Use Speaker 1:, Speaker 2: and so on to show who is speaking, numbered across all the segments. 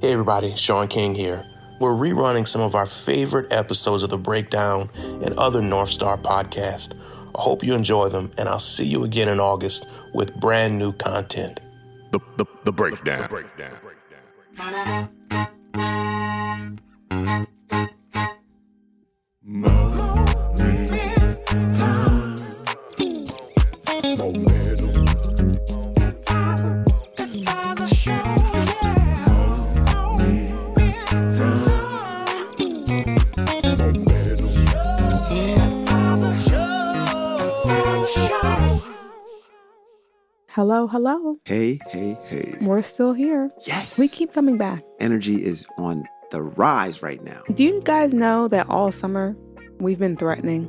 Speaker 1: Hey everybody, Sean King here. We're rerunning some of our favorite episodes of The Breakdown and other North Star podcasts. I hope you enjoy them, and I'll see you again in August with brand new content.
Speaker 2: The, the, the breakdown. The breakdown.
Speaker 3: Hello, hello.
Speaker 4: Hey, hey, hey.
Speaker 3: We're still here.
Speaker 4: Yes.
Speaker 3: We keep coming back.
Speaker 4: Energy is on the rise right now.
Speaker 3: Do you guys know that all summer we've been threatening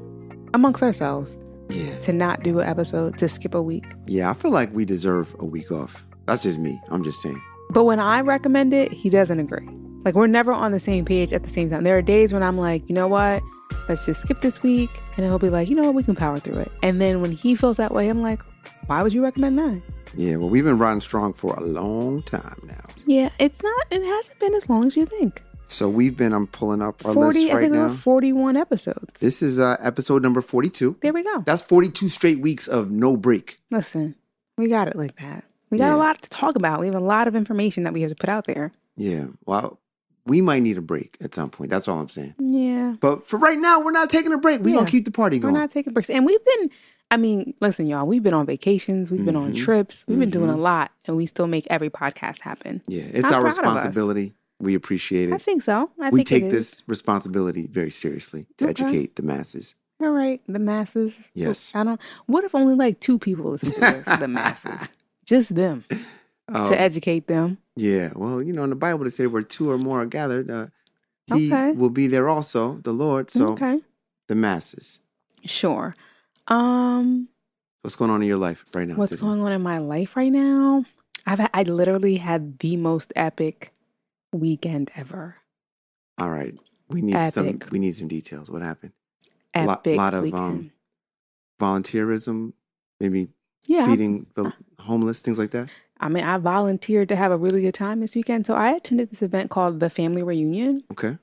Speaker 3: amongst ourselves
Speaker 4: Yeah.
Speaker 3: to not do an episode, to skip a week?
Speaker 4: Yeah, I feel like we deserve a week off. That's just me. I'm just saying.
Speaker 3: But when I recommend it, he doesn't agree. Like we're never on the same page at the same time. There are days when I'm like, you know what? Let's just skip this week. And he'll be like, you know what? We can power through it. And then when he feels that way, I'm like, why would you recommend that?
Speaker 4: Yeah, well, we've been riding strong for a long time now.
Speaker 3: Yeah, it's not, it hasn't been as long as you think.
Speaker 4: So we've been, I'm pulling up our
Speaker 3: 40,
Speaker 4: list
Speaker 3: I
Speaker 4: right
Speaker 3: think there
Speaker 4: now.
Speaker 3: were 41 episodes.
Speaker 4: this is uh, episode number 42.
Speaker 3: there we go.
Speaker 4: That's 42 straight weeks of no break.
Speaker 3: Listen, we got it like that. We got
Speaker 4: Yeah.
Speaker 3: a lot to talk about. We have a lot of information that we have to put out there.
Speaker 4: Yeah, well, we might need a break at some point. That's all I'm saying.
Speaker 3: Yeah.
Speaker 4: But for right now, we're not taking a break. We're
Speaker 3: Yeah.
Speaker 4: going to keep the party
Speaker 3: We're
Speaker 4: going.
Speaker 3: not taking breaks. And we've been, I mean, listen, y'all, we've been on vacations, we've been on
Speaker 4: Mhm.
Speaker 3: trips, we've been doing
Speaker 4: Mhm.
Speaker 3: a lot, and we still make every podcast happen.
Speaker 4: yeah,
Speaker 3: I'm
Speaker 4: it's our
Speaker 3: proud of us.
Speaker 4: responsibility. We appreciate it.
Speaker 3: I think so. I
Speaker 4: we
Speaker 3: think it
Speaker 4: take
Speaker 3: is.
Speaker 4: this responsibility very seriously to
Speaker 3: Okay.
Speaker 4: educate the masses.
Speaker 3: All right, the masses.
Speaker 4: Yes.
Speaker 3: I don't. What if only like two people listen to this? The masses, just them,
Speaker 4: Um,
Speaker 3: to educate them.
Speaker 4: yeah, well, you know, in the Bible they say where two or more are gathered, uh, he
Speaker 3: Okay.
Speaker 4: will be there also, the Lord. So
Speaker 3: okay,
Speaker 4: the masses.
Speaker 3: sure. Um,
Speaker 4: What's going on in your life right now?
Speaker 3: what's
Speaker 4: today?
Speaker 3: going on in my life right now. I've had, I literally had the most epic weekend ever.
Speaker 4: All right, we need some.
Speaker 3: Epic.
Speaker 4: We need some details. What happened? Lo-
Speaker 3: Epic
Speaker 4: lot of, um,
Speaker 3: weekend.
Speaker 4: Volunteerism, maybe
Speaker 3: yeah. Uh.
Speaker 4: feeding the homeless, things like that.
Speaker 3: I mean, I volunteered to have a really good time this weekend. So I attended this event called the Family Reunion.
Speaker 4: Okay.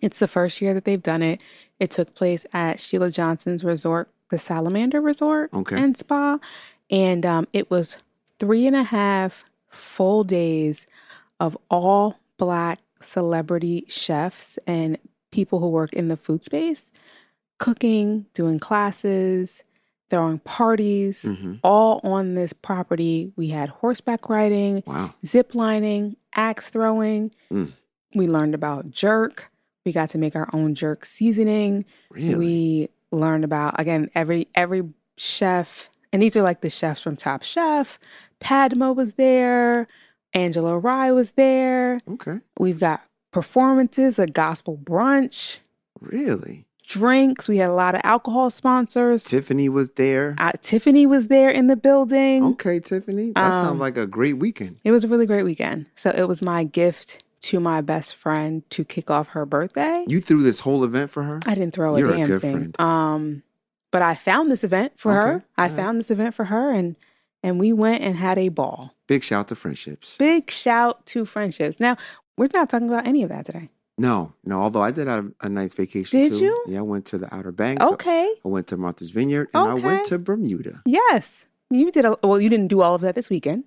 Speaker 3: It's the first year that they've done it. It took place at Sheila Johnson's resort, the Salamander Resort
Speaker 4: Okay.
Speaker 3: and Spa. And um, it was three and a half full days of all black celebrity chefs and people who work in the food space cooking, doing classes, throwing parties,
Speaker 4: hmm
Speaker 3: all on this property. We had horseback riding,
Speaker 4: Wow.
Speaker 3: zip lining, axe throwing.
Speaker 4: Mm.
Speaker 3: We learned about jerk. We got to make our own jerk seasoning.
Speaker 4: Really?
Speaker 3: We learned about again every every chef, and these are like the chefs from Top Chef. Padma was there. Angela Rye was there.
Speaker 4: okay.
Speaker 3: We've got performances, a gospel brunch,
Speaker 4: Really?
Speaker 3: drinks. We had a lot of alcohol sponsors.
Speaker 4: Tiffany was there.
Speaker 3: Uh, Tiffany was there in the building.
Speaker 4: okay, Tiffany. That
Speaker 3: Um,
Speaker 4: sounds like a great weekend.
Speaker 3: It was a really great weekend. So it was my gift to my best friend to kick off her birthday.
Speaker 4: You threw this whole event for her?
Speaker 3: I didn't throw a
Speaker 4: You're a
Speaker 3: damn
Speaker 4: good
Speaker 3: thing.
Speaker 4: friend.
Speaker 3: Um, but I found this event for her.
Speaker 4: Okay.
Speaker 3: I
Speaker 4: All right.
Speaker 3: found this event for her, and and we went and had a ball.
Speaker 4: Big shout to friendships.
Speaker 3: Big shout to friendships. Now we're not talking about any of that today.
Speaker 4: No, no. Although I did have a nice vacation
Speaker 3: Did
Speaker 4: too.
Speaker 3: you?
Speaker 4: Yeah, I went to the Outer Banks. I-
Speaker 3: Okay.
Speaker 4: I went to Martha's Vineyard and I
Speaker 3: Okay.
Speaker 4: went to Bermuda
Speaker 3: Yes, you did. A, well, you didn't do all of that this weekend.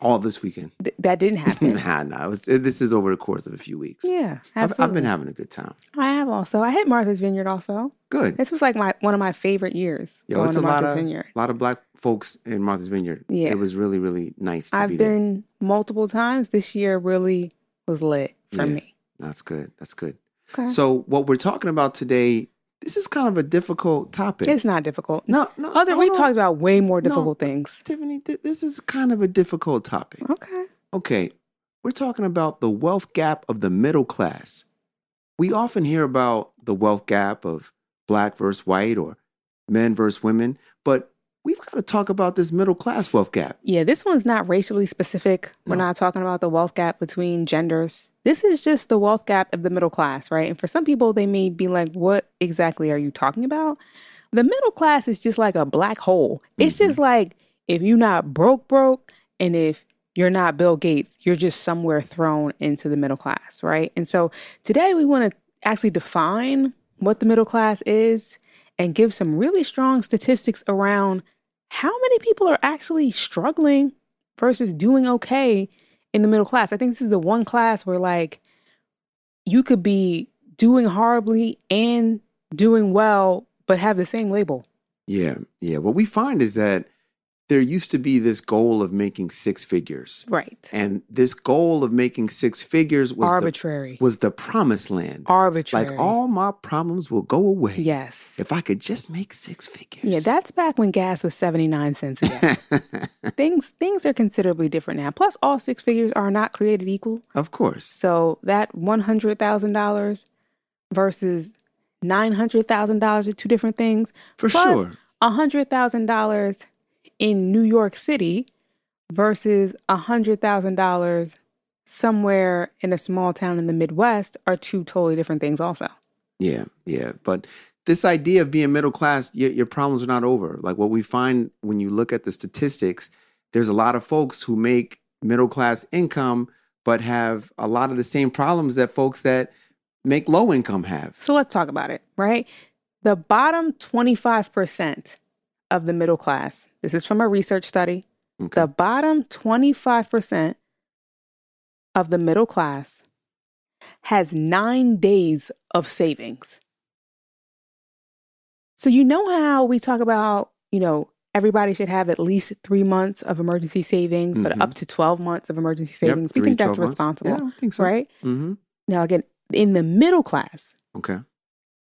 Speaker 4: all this weekend.
Speaker 3: Th- that didn't happen.
Speaker 4: nah, nah. It was, this is over the course of a few weeks.
Speaker 3: yeah,
Speaker 4: I've,
Speaker 3: absolutely.
Speaker 4: I've been having a good time.
Speaker 3: I have also. I hit Martha's Vineyard also.
Speaker 4: Good.
Speaker 3: This was like my one of my favorite years
Speaker 4: Yo,
Speaker 3: going
Speaker 4: it's
Speaker 3: to
Speaker 4: a lot
Speaker 3: Martha's
Speaker 4: of,
Speaker 3: Vineyard.
Speaker 4: lot of black folks in Martha's Vineyard.
Speaker 3: Yeah.
Speaker 4: It was really, really nice to
Speaker 3: I've
Speaker 4: be there.
Speaker 3: been multiple times. This year really was lit for
Speaker 4: Yeah.
Speaker 3: me.
Speaker 4: That's good. That's good.
Speaker 3: Okay.
Speaker 4: So what we're talking about today, this is kind of a difficult topic.
Speaker 3: it's not difficult.
Speaker 4: no, no.
Speaker 3: Other we
Speaker 4: hold on,
Speaker 3: talked about way more
Speaker 4: No.
Speaker 3: difficult things.
Speaker 4: Tiffany, th- this is kind of a difficult topic.
Speaker 3: Okay.
Speaker 4: Okay, we're talking about the wealth gap of the middle class. We often hear about the wealth gap of black versus white or men versus women, but we've got to talk about this middle class wealth gap.
Speaker 3: Yeah, this one's not racially specific. We're
Speaker 4: No.
Speaker 3: not talking about the wealth gap between genders. This is just the wealth gap of the middle class, right? And for some people they may be like, "What exactly are you talking about?" The middle class is just like a black hole. It's just like if you're not broke broke and if You're not Bill Gates. You're just somewhere thrown into the middle class, right? And so today we want to actually define what the middle class is and give some really strong statistics around how many people are actually struggling versus doing okay in the middle class. I think this is the one class where like you could be doing horribly and doing well but have the same label.
Speaker 4: Yeah, yeah. What we find is that there used to be this goal of making six figures.
Speaker 3: Right.
Speaker 4: And this goal of making six figures was
Speaker 3: Arbitrary.
Speaker 4: The, was the promised land.
Speaker 3: Arbitrary.
Speaker 4: Like all my problems will go away.
Speaker 3: Yes.
Speaker 4: If I could just make six figures.
Speaker 3: Yeah, that's back when gas was 79 cents a gallon. things things are considerably different now. Plus all six figures are not created equal.
Speaker 4: of course.
Speaker 3: So that $100,000 versus $900,000 are two different things.
Speaker 4: For
Speaker 3: Plus,
Speaker 4: sure.
Speaker 3: $100,000 in New York City versus $100,000 somewhere in a small town in the Midwest are two totally different things, also.
Speaker 4: Yeah, yeah. But this idea of being middle class, your, your problems are not over. Like what we find when you look at the statistics, there's a lot of folks who make middle class income, but have a lot of the same problems that folks that make low income have.
Speaker 3: So let's talk about it, right? The bottom 25% of the middle class, this is from a research study,
Speaker 4: Okay.
Speaker 3: the bottom 25% of the middle class has nine days of savings. So, you know how we talk about, you know, everybody should have at least three months of emergency savings, but
Speaker 4: Mhm.
Speaker 3: up to 12 months of emergency
Speaker 4: Yep,
Speaker 3: savings. we
Speaker 4: three,
Speaker 3: think that's
Speaker 4: 12 months.
Speaker 3: responsible,
Speaker 4: Yeah, I think so.
Speaker 3: right?
Speaker 4: Mm-hmm.
Speaker 3: Now, again, in the middle class,
Speaker 4: Okay.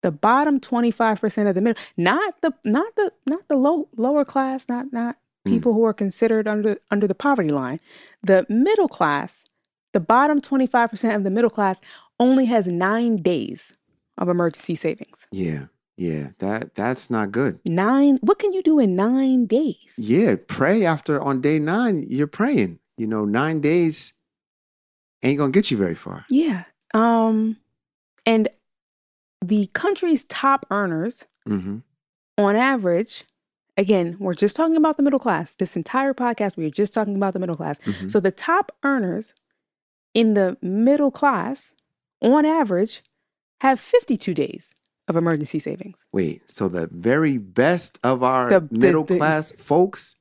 Speaker 3: the bottom 25% of the middle not the not the not the low lower class not not
Speaker 4: Mm.
Speaker 3: people who are considered under under the poverty line the middle class the bottom 25% of the middle class only has 9 days of emergency savings
Speaker 4: Yeah. Yeah. That that's not good.
Speaker 3: 9 what can you do in 9 days
Speaker 4: Yeah. Pray after on day nine, you're praying. You know, nine days ain't gonna get you very far.
Speaker 3: yeah um and the country's top earners
Speaker 4: Mm-hmm.
Speaker 3: on average, again, we're just talking about the middle class. This entire podcast, we are just talking about the middle class.
Speaker 4: Mhm.
Speaker 3: So the top earners in the middle class, on average, have 52 days of emergency savings.
Speaker 4: Wait, so the very best of our
Speaker 3: The- the-
Speaker 4: middle
Speaker 3: the-
Speaker 4: class folks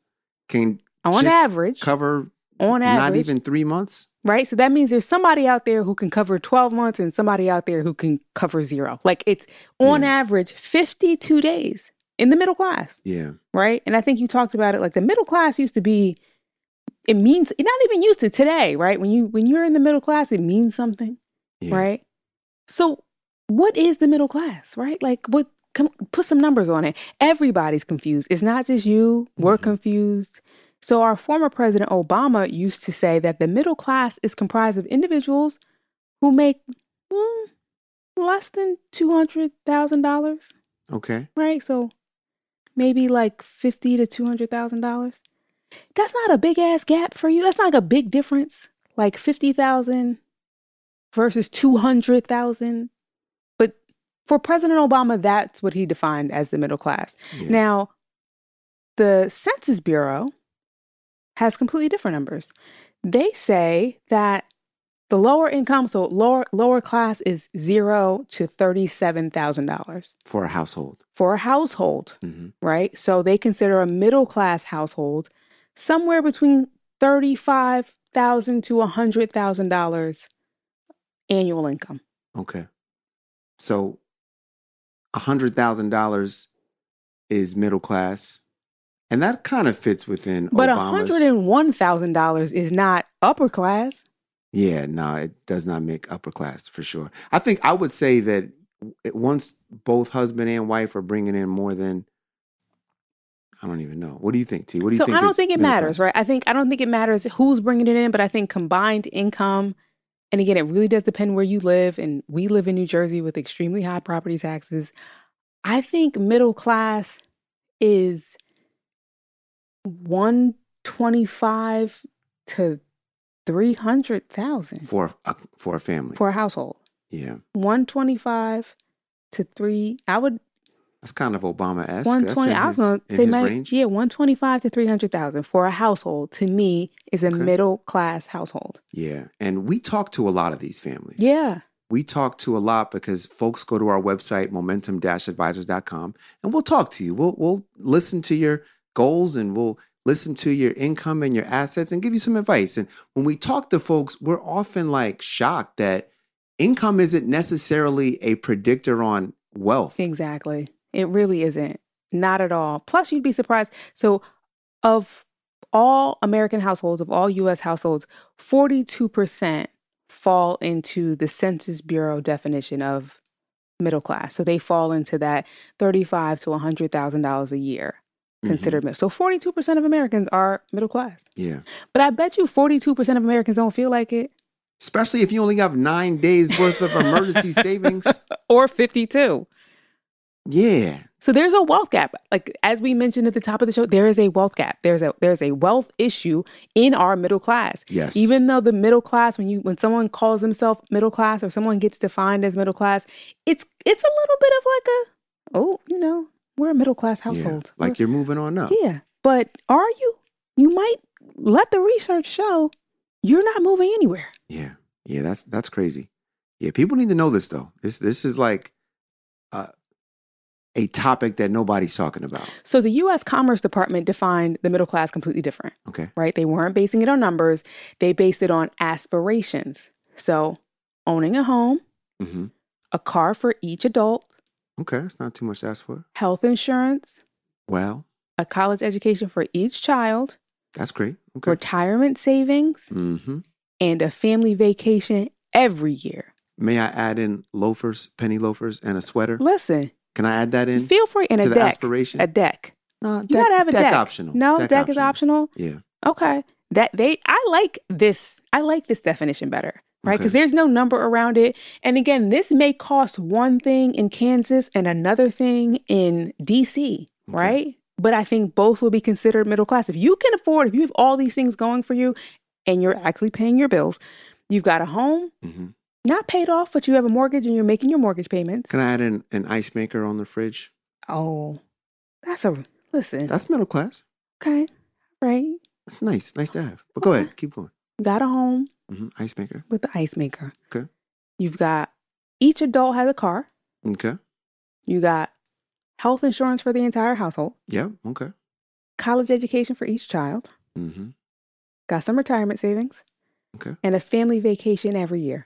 Speaker 4: can
Speaker 3: On
Speaker 4: just
Speaker 3: average,
Speaker 4: cover
Speaker 3: on average,
Speaker 4: not even three months.
Speaker 3: right? So that means there's somebody out there who can cover 12 months and somebody out there who can cover zero. Like it's on
Speaker 4: Yeah.
Speaker 3: average 52 days in the middle class.
Speaker 4: Yeah,
Speaker 3: right? And I think you talked about it like the middle class used to be it means not even used to today, right? When you when you're in the middle class, it means something,
Speaker 4: yeah.
Speaker 3: right? So what is the middle class, right? Like what come put some numbers on it. Everybody's confused. It's not just you. We're confused. So our former president Obama used to say that the middle class is comprised of individuals who make mm, less than $200,000
Speaker 4: Okay,
Speaker 3: right? So maybe like fifty to two hundred thousand dollars. That's not a big ass gap for you. That's not like a big difference. Like fifty thousand versus two hundred thousand. But for President Obama, that's what he defined as the middle class.
Speaker 4: Yeah.
Speaker 3: Now, the Census Bureau has completely different numbers. They say that the lower income, so lower lower class, is zero to thirty seven thousand dollars
Speaker 4: for a household.
Speaker 3: for a household,
Speaker 4: Mm-hmm.
Speaker 3: right? So they consider a middle class household somewhere between thirty-five thousand to hundred thousand dollars annual income.
Speaker 4: Okay, so a hundred thousand dollars is middle class, and that kind of fits within
Speaker 3: But
Speaker 4: Obama's.
Speaker 3: hundred and one thousand dollars is not upper class.
Speaker 4: Yeah, no, it does not make upper class for sure. I think I would say that it- once both husband and wife are bringing in more than, I don't even know. What do you think, T? What do you
Speaker 3: so
Speaker 4: think?
Speaker 3: I don't
Speaker 4: is
Speaker 3: think it
Speaker 4: middle
Speaker 3: matters,
Speaker 4: class?
Speaker 3: right? I think I don't think it matters who's bringing it in, but I think combined income, and again, it really does depend where you live. And we live in New Jersey with extremely high property taxes. I think middle class is one twenty five to three hundred thousand
Speaker 4: for a, for a family.
Speaker 3: for a household.
Speaker 4: yeah,
Speaker 3: One twenty five to three. I would
Speaker 4: That's kind of Obama esque.
Speaker 3: 120 I was going to say maybe yeah, 125 to 300,000 for a household to me is a
Speaker 4: Okay.
Speaker 3: middle class household.
Speaker 4: Yeah. And we talk to a lot of these families.
Speaker 3: Yeah.
Speaker 4: We talk to a lot because folks go to our website, momentum advisors.com, and we'll talk to you. We'll, we'll listen to your goals and we'll listen to your income and your assets and give you some advice. And when we talk to folks, we're often like shocked that income isn't necessarily a predictor on wealth.
Speaker 3: Exactly. It really isn't. Not at all. Plus, you'd be surprised. So, of all American households, of all US households, 42% fall into the Census Bureau definition of middle class. So, they fall into that 35 to $100,000 a year
Speaker 4: Mm-hmm.
Speaker 3: considered middle. So, 42% of Americans are middle class.
Speaker 4: Yeah.
Speaker 3: But I bet you 42% of Americans don't feel like it
Speaker 4: Especially if you only have nine days worth of emergency savings.
Speaker 3: or 52.
Speaker 4: Yeah.
Speaker 3: So there's a wealth gap. Like as we mentioned at the top of the show, there is a wealth gap. There's a there's a wealth issue in our middle class.
Speaker 4: Yes.
Speaker 3: Even though the middle class, when you when someone calls themselves middle class or someone gets defined as middle class, it's it's a little bit of like a oh, you know, we're a middle class household.
Speaker 4: Yeah, like you're moving on up.
Speaker 3: We're- yeah. But are you? You might let the research show you're not moving anywhere.
Speaker 4: Yeah. Yeah, that's that's crazy. Yeah, people need to know this though. This this is like uh, a topic that nobody's talking about.
Speaker 3: So the US Commerce Department defined the middle class completely different.
Speaker 4: Okay.
Speaker 3: right? They weren't basing it on numbers, they based it on aspirations. So, owning a home,
Speaker 4: hmm
Speaker 3: a car for each adult,
Speaker 4: Okay, that's not too much to ask for.
Speaker 3: health insurance,
Speaker 4: Well,
Speaker 3: a college education for each child,
Speaker 4: that's great. Okay.
Speaker 3: retirement savings,
Speaker 4: hmm
Speaker 3: and a family vacation every year.
Speaker 4: May I add in loafers, penny loafers, and a sweater?
Speaker 3: Listen,
Speaker 4: Can I add that in?
Speaker 3: feel free in a
Speaker 4: to the
Speaker 3: deck.
Speaker 4: aspiration?
Speaker 3: A deck.
Speaker 4: no, deck,
Speaker 3: You gotta have a deck.
Speaker 4: deck optional.
Speaker 3: No, deck, is optional.
Speaker 4: Yeah.
Speaker 3: Okay. That they I like this. I like this definition better, right?
Speaker 4: Okay.
Speaker 3: Because there's no number around it. And again, this may cost one thing in Kansas and another thing in DC,
Speaker 4: Okay.
Speaker 3: right? But I think both will be considered middle class. If you can afford, if you have all these things going for you and you're actually paying your bills, you've got a home,
Speaker 4: hmm
Speaker 3: not paid off, but you have a mortgage and you're making your mortgage payments.
Speaker 4: Can I add in an ice maker on the fridge?
Speaker 3: Oh, that's a listen.
Speaker 4: That's middle class.
Speaker 3: okay. Right.
Speaker 4: That's nice. Nice to have. But go
Speaker 3: Okay.
Speaker 4: ahead. Keep going.
Speaker 3: Got a home.
Speaker 4: hmm Ice maker.
Speaker 3: with the ice maker.
Speaker 4: Okay.
Speaker 3: You've got each adult has a car.
Speaker 4: Okay.
Speaker 3: You got health insurance for the entire household,
Speaker 4: Yeah. Okay.
Speaker 3: college education for each child,
Speaker 4: hmm
Speaker 3: got some retirement savings,
Speaker 4: Okay.
Speaker 3: and a family vacation every year.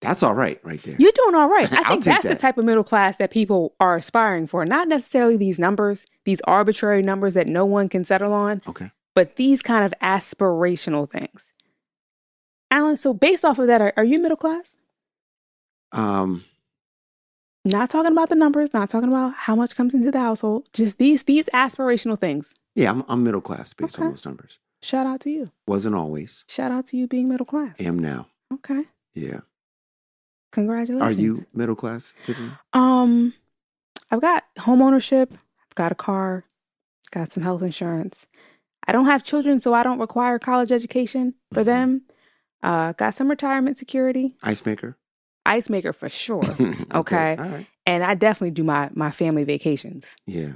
Speaker 4: That's all right, right there.
Speaker 3: You're doing all right. I
Speaker 4: I'll
Speaker 3: think
Speaker 4: take
Speaker 3: that's the
Speaker 4: that.
Speaker 3: type of middle class that people are aspiring for. Not necessarily these numbers, these arbitrary numbers that no one can settle on,
Speaker 4: okay.
Speaker 3: but these kind of aspirational things. Alan, so based off of that, are, are you middle class?
Speaker 4: Um.
Speaker 3: not talking about the numbers not talking about how much comes into the household just these these aspirational things
Speaker 4: Yeah, I'm, I'm middle class based on
Speaker 3: Okay.
Speaker 4: those numbers.
Speaker 3: shout out to you
Speaker 4: Wasn't always.
Speaker 3: shout out to you being middle class
Speaker 4: Am now.
Speaker 3: okay
Speaker 4: Yeah.
Speaker 3: congratulations
Speaker 4: Are you middle class, Tiffany?
Speaker 3: um i've got home ownership i've got a car got some health insurance i don't have children so i don't require college education for
Speaker 4: Mhm.
Speaker 3: them uh got some retirement security
Speaker 4: Ice maker.
Speaker 3: ice maker for sure Okay.
Speaker 4: All right.
Speaker 3: and i definitely do my my family vacations
Speaker 4: Yeah.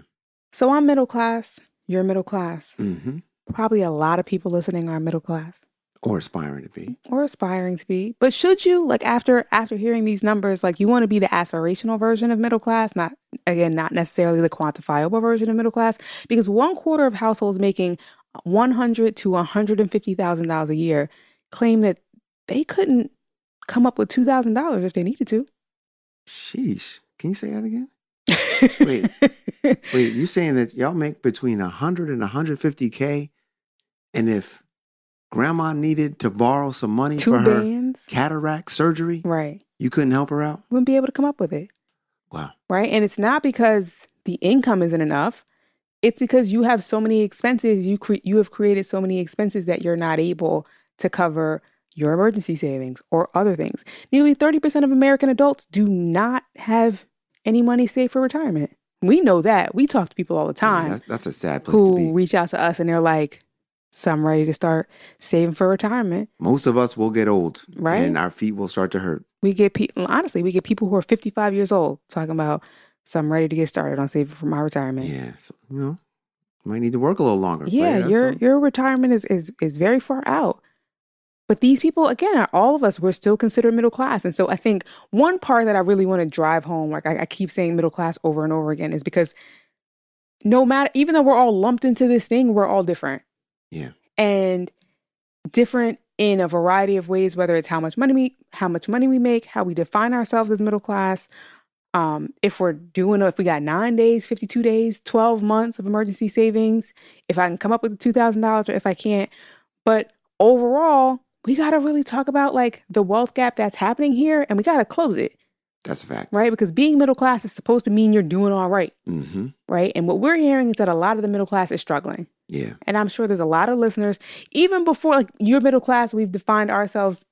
Speaker 3: so i'm middle class you're middle class
Speaker 4: Mm-hmm.
Speaker 3: probably a lot of people listening are middle class
Speaker 4: Or aspiring to be.
Speaker 3: or aspiring to be but should you like after after hearing these numbers like you want to be the aspirational version of middle class not again not necessarily the quantifiable version of middle class because one quarter of households making 100 to 150 thousand dollars a year claim that they couldn't come up with two thousand dollars if they needed to
Speaker 4: Sheesh. Can you say that again? Wait. Wait, you saying that y'all make between 100 and 150K? And if grandma needed to borrow some money
Speaker 3: two
Speaker 4: for her
Speaker 3: bands
Speaker 4: cataract surgery,
Speaker 3: right
Speaker 4: you couldn't help her out?
Speaker 3: wouldn't be able to come up with it
Speaker 4: Wow.
Speaker 3: right? And it's not because the income isn't enough. It's because you have so many expenses. You cre- you have created so many expenses that you're not able to cover your emergency savings or other things. Nearly 30% of American adults do not have any money saved for retirement. We know that. We talk to people all the
Speaker 4: Yeah,
Speaker 3: time
Speaker 4: that's, that's a sad place to
Speaker 3: who
Speaker 4: be.
Speaker 3: reach out to us and they're like, "So I'm ready to start saving for retirement."
Speaker 4: Most of us will get old,
Speaker 3: Right?
Speaker 4: And our feet will start to hurt.
Speaker 3: We get people honestly, we get people who are 55 years old talking about, So I'm ready to get started on saving for my retirement.
Speaker 4: Yeah. So, you know, you might need to work a little longer.
Speaker 3: Yeah,
Speaker 4: player, that's
Speaker 3: your
Speaker 4: all.
Speaker 3: your retirement is, is is very far out. But these people, again, are all of us, we're still considered middle class. And so I think one part that I really want to drive home, like I, I keep saying middle class over and over again, is because no matter even though we're all lumped into this thing, we're all different.
Speaker 4: Yeah.
Speaker 3: And different in a variety of ways, whether it's how much money we how much money we make, how we define ourselves as middle class. Um, if we're doing if we got nine days, 52 days, 12 months of emergency savings, if I can come up with the $2,000 or if I can't. But overall, we got to really talk about like the wealth gap that's happening here and we got to close it,
Speaker 4: That's a fact.
Speaker 3: right? Because being middle class is supposed to mean you're doing all right,
Speaker 4: Mm-hmm.
Speaker 3: right? And what we're hearing is that a lot of the middle class is struggling.
Speaker 4: Yeah.
Speaker 3: And I'm sure there's a lot of listeners, even before like your middle class, we've defined ourselves,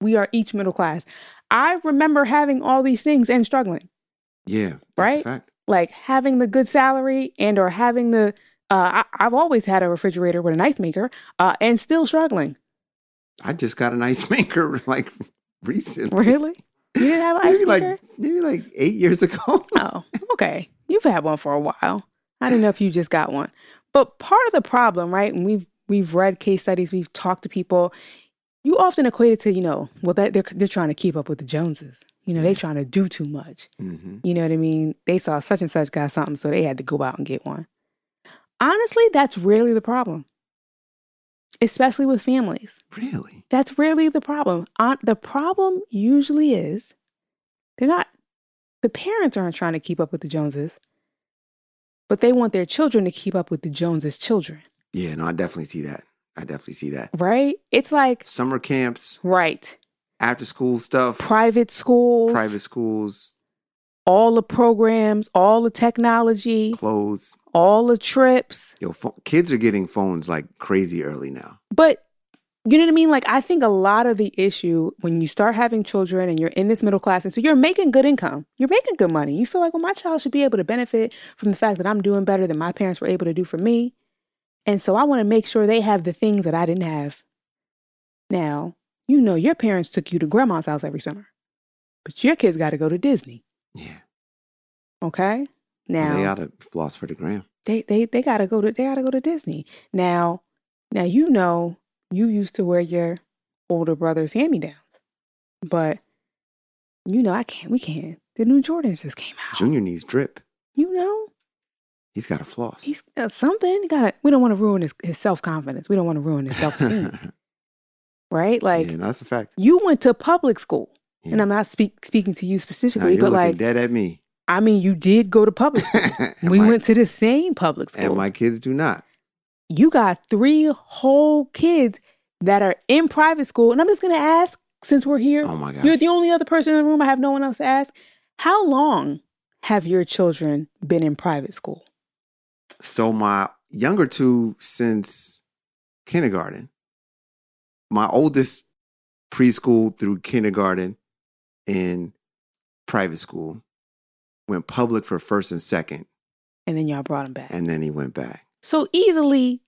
Speaker 3: we are each middle class. I remember having all these things and struggling,
Speaker 4: Yeah. That's
Speaker 3: Right?
Speaker 4: a fact.
Speaker 3: like having the good salary and or having the uh, I, I've always had a refrigerator with an ice maker uh, and still struggling.
Speaker 4: I just got an ice maker like recently.
Speaker 3: Really? You didn't have an ice
Speaker 4: Maybe
Speaker 3: maker?
Speaker 4: like maybe like eight years ago.
Speaker 3: Oh, okay. You've had one for a while. I don't know if you just got one. But part of the problem, right? And we've we've read case studies, we've talked to people. You often equate it to, you know, well, that they're they're trying to keep up with the Joneses. You know, they're trying to do too much.
Speaker 4: hmm
Speaker 3: You know what I mean? They saw such and such got something, so they had to go out and get one. Honestly, that's rarely the problem, especially with families.
Speaker 4: Really?
Speaker 3: That's rarely the problem. Uh, the problem usually is they're not, the parents aren't trying to keep up with the Joneses, but they want their children to keep up with the Joneses' children,
Speaker 4: Yeah. No, I definitely see that. I definitely see that.
Speaker 3: right? It's like,
Speaker 4: Summer camps,
Speaker 3: right,
Speaker 4: after school stuff,
Speaker 3: private schools,
Speaker 4: private schools,
Speaker 3: all the programs, all the technology,
Speaker 4: clothes.
Speaker 3: all the trips,
Speaker 4: Yo, pho- kids are getting phones like crazy early now.
Speaker 3: but you know what I mean? Like, I think a lot of the issue when you start having children and you're in this middle class, and so you're making good income, you're making good money. You feel like, well, my child should be able to benefit from the fact that I'm doing better than my parents were able to do for me. And so I want to make sure they have the things that I didn't have. Now, you know, your parents took you to grandma's house every summer, but your kids got to go to Disney.
Speaker 4: Yeah.
Speaker 3: Okay.
Speaker 4: Well,
Speaker 3: Now,
Speaker 4: they ought to floss for the gram.
Speaker 3: they they they gotta go to they gotta go to Disney now. Now you know you used to wear your older brother's hand me downs, but you know I can't. We can't. The new Jordans just came out.
Speaker 4: Junior needs drip.
Speaker 3: You know
Speaker 4: He's got a floss.
Speaker 3: he's uh, something. Got to We don't want to ruin his, his self confidence. We don't want to ruin his self esteem. right? Like
Speaker 4: yeah, no, that's a fact.
Speaker 3: you went to public school, and
Speaker 4: Yeah.
Speaker 3: I'm not speak, speaking to you
Speaker 4: Now,
Speaker 3: specifically,
Speaker 4: you're
Speaker 3: but
Speaker 4: looking
Speaker 3: like
Speaker 4: dead at me.
Speaker 3: I mean, you did go to public. school.
Speaker 4: And
Speaker 3: we
Speaker 4: my-
Speaker 3: went to the same public school.
Speaker 4: and my kids do not.
Speaker 3: you got three whole kids that are in private school. And I'm just going to ask, since we're here,
Speaker 4: Oh my gosh.
Speaker 3: you're the only other person in the room. I have no one else to ask. How long have your children been in private school?
Speaker 4: So my younger two since kindergarten. My oldest preschool through kindergarten in private school. Went public for first and second,
Speaker 3: And then y'all brought them back.
Speaker 4: and then he went back.
Speaker 3: so easily,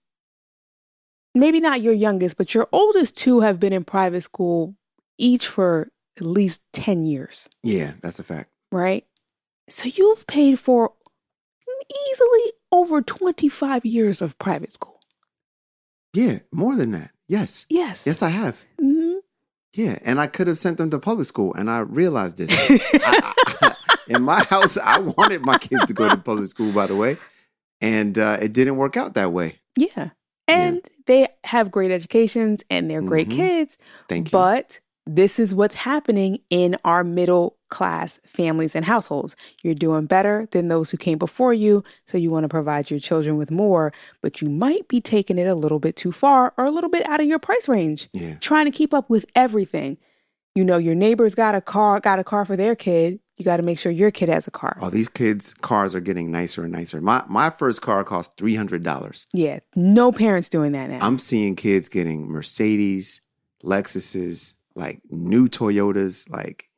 Speaker 3: maybe not your youngest, but your oldest two have been in private school each for at least 10 years,
Speaker 4: Yeah, that's a fact.
Speaker 3: right? So you've paid for easily over 25 years of private school.
Speaker 4: Yeah, more than that. Yes.
Speaker 3: Yes.
Speaker 4: Yes, I have.
Speaker 3: Mhm.
Speaker 4: Yeah, and I could have sent them to public school, and I realized this. I, I- in my house, I wanted my kids to go to public school, by the way, and uh, it didn't work out that way.
Speaker 3: Yeah. And they have great educations and they're great
Speaker 4: Mhm.
Speaker 3: kids.
Speaker 4: Thank you.
Speaker 3: But this is what's happening in our middle class families and households. You're doing better than those who came before you. So you want to provide your children with more, but you might be taking it a little bit too far or a little bit out of your price range,
Speaker 4: yeah,
Speaker 3: trying to keep up with everything. You know, your neighbor's got a car, got a car for their kid. You got to make sure your kid has a car.
Speaker 4: all these kids' cars are getting nicer and nicer. My my first car cost three hundred dollars.
Speaker 3: Yeah. No parents doing that now.
Speaker 4: I'm seeing kids getting Mercedes, Lexuses, like new Toyotas, like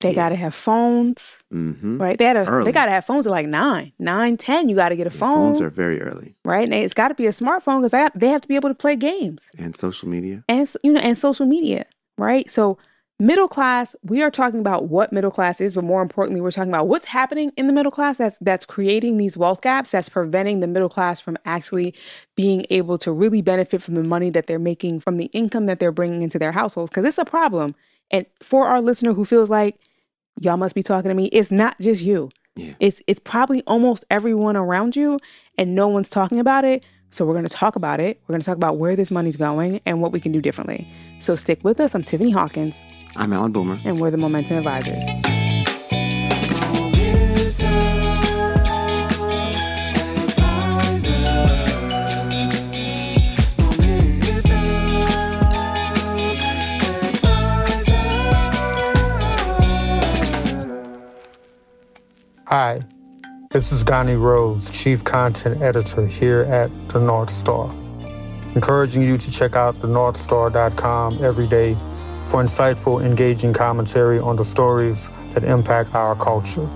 Speaker 3: they
Speaker 4: yeah.
Speaker 3: got to have phones.
Speaker 4: mm-hmm.
Speaker 3: right? They had a,
Speaker 4: Early.
Speaker 3: they gotta have phones at like nine, nine, ten. You gotta get a phone,
Speaker 4: Phones are very early,
Speaker 3: right? And it's gotta be a smartphone because they have to be able to play games
Speaker 4: and social media.
Speaker 3: and so- you know and social media, right? So Middle class, we are talking about what middle class is, but more importantly, we're talking about what's happening in the middle class that's that's creating these wealth gaps, that's preventing the middle class from actually being able to really benefit from the money that they're making from the income that they're bringing into their households because it's a problem. And for our listener who feels like y'all must be talking to me, it's not just you.
Speaker 4: Yeah.
Speaker 3: It's it's probably almost everyone around you and no one's talking about it. So we're going to talk about it. We're going to talk about where this money's going and what we can do differently. So stick with us. I'm Tiffany Hawkins
Speaker 4: I'm Alan Boomer.
Speaker 3: and we're the Momentum Advisors.
Speaker 5: Hi, this is Donnie Rose, Chief Content Editor here at the North Star. Encouraging you to check out thenorthstar.com every day for insightful, engaging commentary on the stories that impact our culture.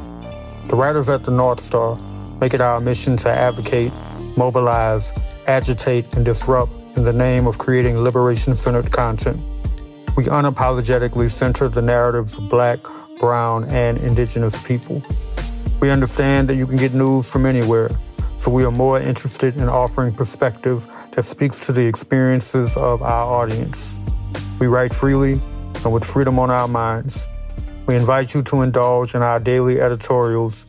Speaker 5: The writers at the North Star make it our mission to advocate, mobilize, agitate, and disrupt in the name of creating liberation centered content. We unapologetically center the narratives of Black, Brown, and Indigenous people. We understand that you can get news from anywhere, so we are more interested in offering perspective that speaks to the experiences of our audience. We write freely and with freedom on our minds. We invite you to indulge in our daily editorials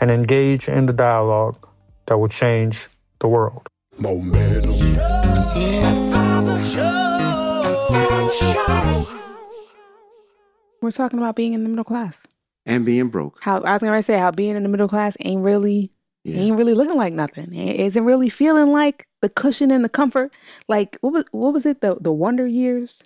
Speaker 5: and engage in the dialogue that will change the world.
Speaker 2: Momentum.
Speaker 3: We're talking about being in the middle class.
Speaker 4: And being broke.
Speaker 3: How I was going to say how being in the middle class ain't really
Speaker 4: Yeah.
Speaker 3: ain't really looking like nothing. It isn't really feeling like the cushion and the comfort. Like what was what was it the the Wonder Years,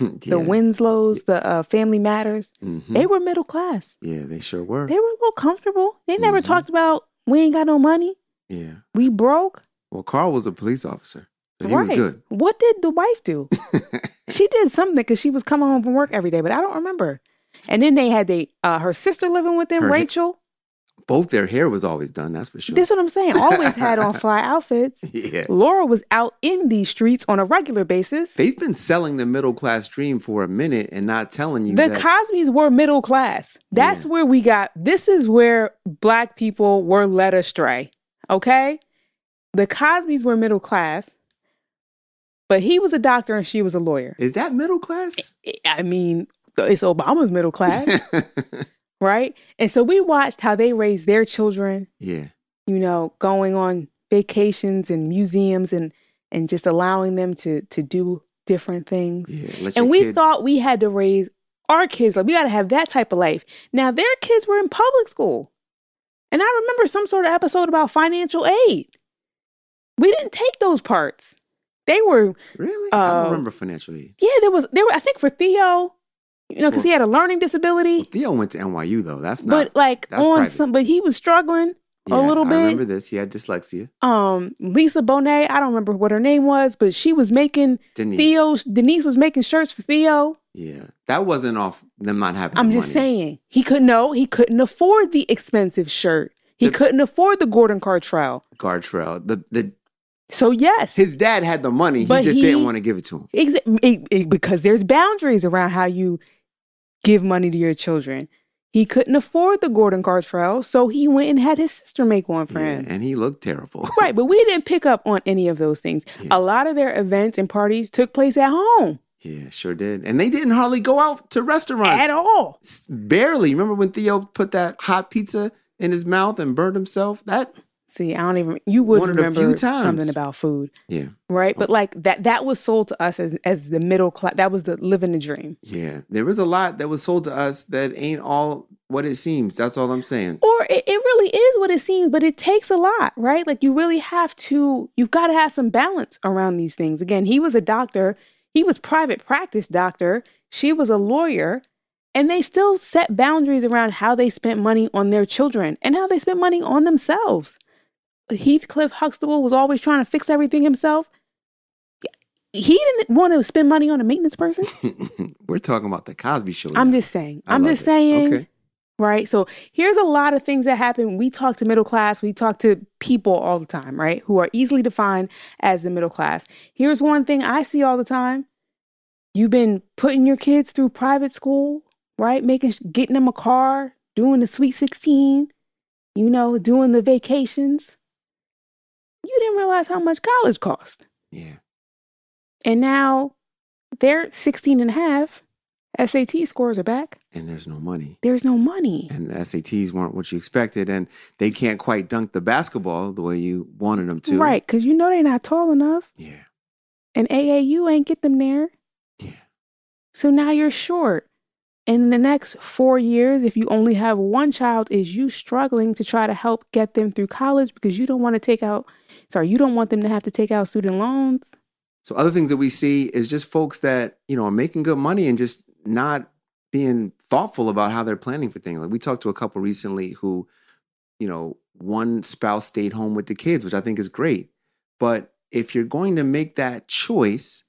Speaker 4: yeah.
Speaker 3: the Winslows, the uh, Family Matters.
Speaker 4: Mhm.
Speaker 3: They were middle class.
Speaker 4: Yeah, they sure were.
Speaker 3: They were a little comfortable. They never
Speaker 4: Mhm.
Speaker 3: talked about we ain't got no money.
Speaker 4: yeah.
Speaker 3: We broke.
Speaker 4: Well, Carl was a police officer. So he
Speaker 3: right.
Speaker 4: was good.
Speaker 3: What did the wife do? she did something because she was coming home from work every day, but I don't remember. And then they had they uh, her sister living with them,
Speaker 4: Her-
Speaker 3: Rachel.
Speaker 4: Both their hair was always done, that's for sure.
Speaker 3: That's what I'm saying. Always had on fly outfits.
Speaker 4: yeah.
Speaker 3: Laura was out in these streets on a regular basis.
Speaker 4: They've been selling the middle class dream for a minute and not telling you
Speaker 3: the
Speaker 4: that.
Speaker 3: Cosby's were middle class. That's
Speaker 4: Yeah.
Speaker 3: where we got. This is where black people were led astray. Okay, the Cosby's were middle class, but he was a doctor and she was a lawyer.
Speaker 4: Is that middle class?
Speaker 3: I mean, it's Obama's middle class, right? And so we watched how they raised their children.
Speaker 4: yeah.
Speaker 3: You know, going on vacations and museums and and just allowing them to to do different things.
Speaker 4: Yeah. Let your
Speaker 3: and we
Speaker 4: kid-
Speaker 3: thought we had to raise our kids like we got to have that type of life now their kids were in public school and i remember some sort of episode about financial aid we didn't take those parts they were
Speaker 4: Really? I
Speaker 3: uh,
Speaker 4: don't remember financial aid.
Speaker 3: yeah there was there were i think for theo you know because he had a learning
Speaker 4: Well,
Speaker 3: disability
Speaker 4: Theo went to NYU, though. That's not.
Speaker 3: but like
Speaker 4: that's
Speaker 3: on
Speaker 4: private.
Speaker 3: some but he was struggling a
Speaker 4: Yeah,
Speaker 3: little
Speaker 4: I
Speaker 3: bit.
Speaker 4: remember this. He had dyslexia.
Speaker 3: um lisa bonet i don't remember what her name was but she was making
Speaker 4: Denise.
Speaker 3: theo denise was making shirts for theo
Speaker 4: Yeah. That wasn't off them not having
Speaker 3: I'm
Speaker 4: the
Speaker 3: just
Speaker 4: money.
Speaker 3: saying he could no, he couldn't afford the expensive shirt. He
Speaker 4: The-
Speaker 3: couldn't afford the Gordon Cartrell.
Speaker 4: Gartrell. The, the,
Speaker 3: So yes,
Speaker 4: his dad had the money.
Speaker 3: But
Speaker 4: he just
Speaker 3: he-
Speaker 4: didn't want to give it to him.
Speaker 3: ex- it- it- because there's boundaries around how you give money to your children. He couldn't afford the Gordon Cartrell, so he went and had his sister make one for
Speaker 4: Yeah,
Speaker 3: him.
Speaker 4: and he looked terrible.
Speaker 3: Right, but we didn't pick up on any of those things.
Speaker 4: Yeah.
Speaker 3: A lot of their events and parties took place at home
Speaker 4: Yeah, sure did. And they didn't hardly go out to restaurants.
Speaker 3: at all.
Speaker 4: S- Barely. Remember when Theo put that hot pizza in his mouth and burned himself? That
Speaker 3: See, I don't even. You would
Speaker 4: One of the few
Speaker 3: remember
Speaker 4: times.
Speaker 3: something about food.
Speaker 4: Yeah. Oh.
Speaker 3: right? But like that that was sold to us as as the middle class. That was the living the dream.
Speaker 4: Yeah. There was a lot that was sold to us that ain't all what it seems. That's all I'm saying.
Speaker 3: Or it, it really is what it seems, but it takes a lot, right? Like you really have to you've got to have some balance around these things. Again, he was a doctor, he was private practice doctor, she was a lawyer, and they still set boundaries around how they spent money on their children and how they spent money on themselves. Heathcliff Huxtable was always trying to fix everything himself. He didn't want to spend money on a maintenance person.
Speaker 4: We're talking about the Cosby show.
Speaker 3: I'm
Speaker 4: now.
Speaker 3: just saying.
Speaker 4: I
Speaker 3: I'm
Speaker 4: love
Speaker 3: just
Speaker 4: it.
Speaker 3: saying.
Speaker 4: Okay.
Speaker 3: Right. So here's a lot of things that happen. We talk to middle class. We talk to people all the time, right? Who are easily defined as the middle class. Here's one thing I see all the time You've been putting your kids through private school, right? Making, getting them a car, doing the sweet 16, you know, doing the vacations. You didn't realize how much college cost.
Speaker 4: Yeah.
Speaker 3: And now they're 16 and a half. SAT scores are back.
Speaker 4: And there's no money.
Speaker 3: There's no money.
Speaker 4: And the SATs weren't what you expected, and they can't quite dunk the basketball the way you wanted them to.
Speaker 3: Right, because you know they're not tall enough,
Speaker 4: Yeah.
Speaker 3: and AAU ain't get them there.
Speaker 4: Yeah.
Speaker 3: So now you're short. In the next four years, if you only have one child, is you struggling to try to help get them through college because you don't want to take out, sorry, you don't want them to have to take out student loans.
Speaker 4: So other things that we see is just folks that, you know, are making good money and just not being thoughtful about how they're planning for things. Like we talked to a couple recently who, you know, one spouse stayed home with the kids, which I think is great. But if you're going to make that choice,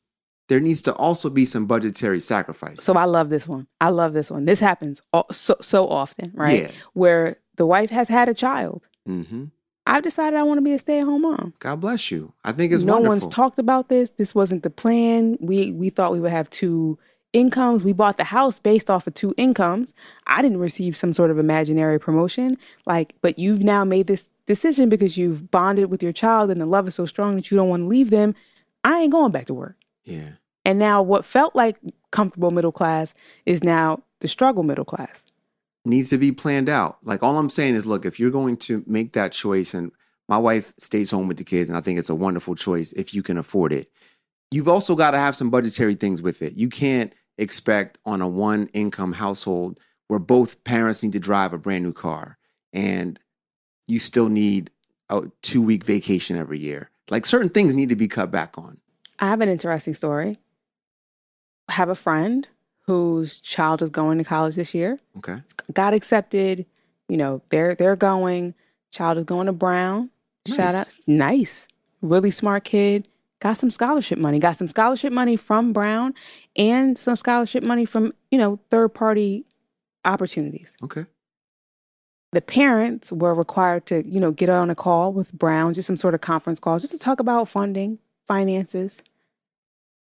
Speaker 4: there needs to also be some budgetary sacrifice.
Speaker 3: So I love this one. I love this one. This happens all, so, so often, right?
Speaker 4: Yeah.
Speaker 3: Where the wife has had a child.
Speaker 4: hmm
Speaker 3: I've decided I want to be a stay at home mom.
Speaker 4: God bless you. I think it's
Speaker 3: no
Speaker 4: wonderful.
Speaker 3: one's talked about this. This wasn't the plan. We we thought we would have two incomes. We bought the house based off of two incomes. I didn't receive some sort of imaginary promotion. Like, but you've now made this decision because you've bonded with your child and the love is so strong that you don't want to leave them. I ain't going back to work.
Speaker 4: yeah.
Speaker 3: And now what felt like comfortable middle class is now the struggle middle class.
Speaker 4: needs to be planned out. Like all I'm saying is, look, if you're going to make that choice, and my wife stays home with the kids, and I think it's a wonderful choice if you can afford it. You've also got to have some budgetary things with it. You can't expect on a one income household where both parents need to drive a brand new car and you still need a two week vacation every year. Like certain things need to be cut back on.
Speaker 3: I have an interesting story. I have a friend whose child is going to college this year.
Speaker 4: Okay.
Speaker 3: got accepted. You know, they're they're going. Child is going to Brown. Shout out,
Speaker 4: Nice.
Speaker 3: nice, really smart kid. Got some scholarship money. Got some scholarship money from Brown, and some scholarship money from you know third party opportunities.
Speaker 4: Okay.
Speaker 3: The parents were required to you know get on a call with Brown, just some sort of conference call, just to talk about funding, finances.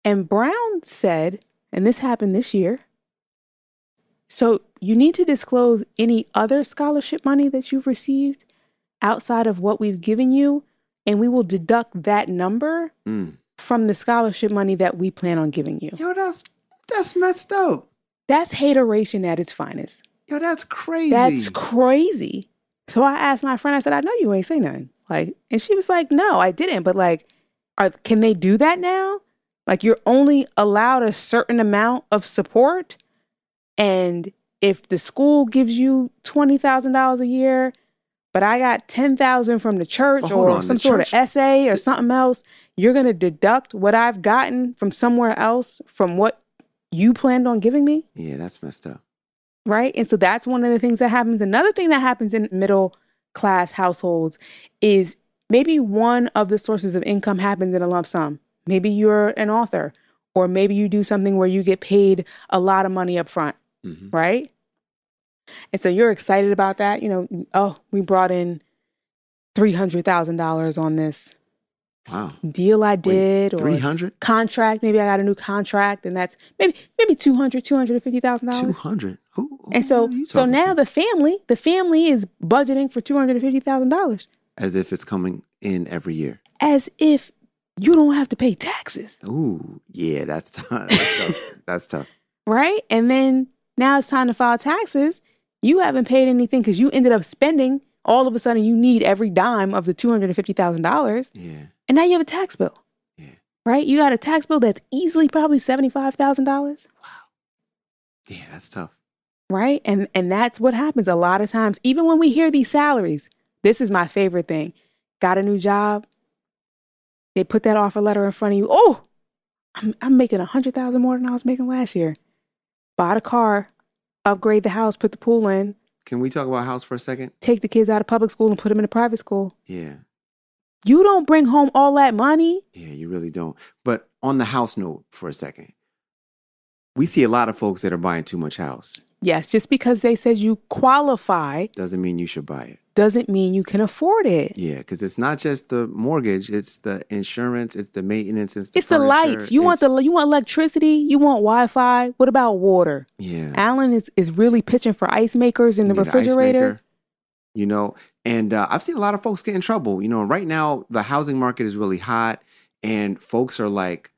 Speaker 3: And Brown said, and this happened this year. So you need to disclose any other scholarship money that you've received outside of what we've given you, and we will deduct that number
Speaker 4: Mm.
Speaker 3: from the scholarship money that we plan on giving you.
Speaker 4: Yo, that's that's messed up.
Speaker 3: That's hateration at its finest.
Speaker 4: Yo, that's crazy.
Speaker 3: That's crazy. So I asked my friend, I said, I know you ain't say nothing. Like, and she was like, No, I didn't. But like, are, can they do that now? Like, you're only allowed a certain amount of support. And if the school gives you $20,000 a year, but I got 10,000 from the church
Speaker 4: But hold
Speaker 3: or
Speaker 4: on,
Speaker 3: some
Speaker 4: the
Speaker 3: sort
Speaker 4: church-
Speaker 3: of essay or something else, you're going to deduct what I've gotten from somewhere else from what you planned on giving me
Speaker 4: yeah, that's messed up.
Speaker 3: right? And so that's one of the things that happens. Another thing that happens in middle class households is maybe one of the sources of income happens in a lump sum. Maybe you're an author, or maybe you do something where you get paid a lot of money up front,
Speaker 4: Mhm.
Speaker 3: right? And so you're excited about that. You know, oh, we brought in $300,000 on this
Speaker 4: Wow.
Speaker 3: deal I did,
Speaker 4: Three
Speaker 3: or
Speaker 4: hundred.
Speaker 3: contract. Maybe I got a new contract, and that's maybe maybe $200,000, $250,000.
Speaker 4: Two hundred. Who, who
Speaker 3: And so,
Speaker 4: are you
Speaker 3: so
Speaker 4: talking
Speaker 3: now
Speaker 4: to?
Speaker 3: the family, the family is budgeting for two hundred and fifty thousand dollars,
Speaker 4: as if it's coming in every year.
Speaker 3: as if you don't have to pay taxes,
Speaker 4: Ooh, yeah, that's tough. That's tough. That's tough.
Speaker 3: right? And then now it's time to file taxes. You haven't paid anything because you ended up spending. All of a sudden, you need every dime of the two hundred and fifty thousand dollars,
Speaker 4: Yeah,
Speaker 3: and now you have a tax bill,
Speaker 4: Yeah.
Speaker 3: right? You got a tax bill that's easily probably seventy five thousand dollars.
Speaker 4: yeah, that's tough.
Speaker 3: right and and that's what happens a lot of times even when we hear these salaries this is my favorite thing got a new job they put that offer letter in front of you oh i'm, I'm making a hundred thousand more than i was making last year bought a car upgrade the house put the pool in
Speaker 4: Can we talk about house for a second?
Speaker 3: take the kids out of public school and put them in a private school
Speaker 4: Yeah,
Speaker 3: you don't bring home all that money
Speaker 4: yeah, you really don't. But on the house note for a second, we see a lot of folks that are buying too much house.
Speaker 3: yes just because they said you qualify
Speaker 4: Doesn't mean you should buy it.
Speaker 3: doesn't mean you can afford it.
Speaker 4: Yeah, because it's not just the mortgage; it's the insurance, it's the maintenance, it's the
Speaker 3: It's the
Speaker 4: furniture,
Speaker 3: lights. You want
Speaker 4: it's-
Speaker 3: the you want electricity. You want Wi-Fi. What about water?
Speaker 4: yeah
Speaker 3: Alan is is really pitching for ice makers in the
Speaker 4: You need an ice
Speaker 3: refrigerator.
Speaker 4: maker, you know, and uh, I've seen a lot of folks get in trouble. You know, right now the housing market is really hot, and folks are like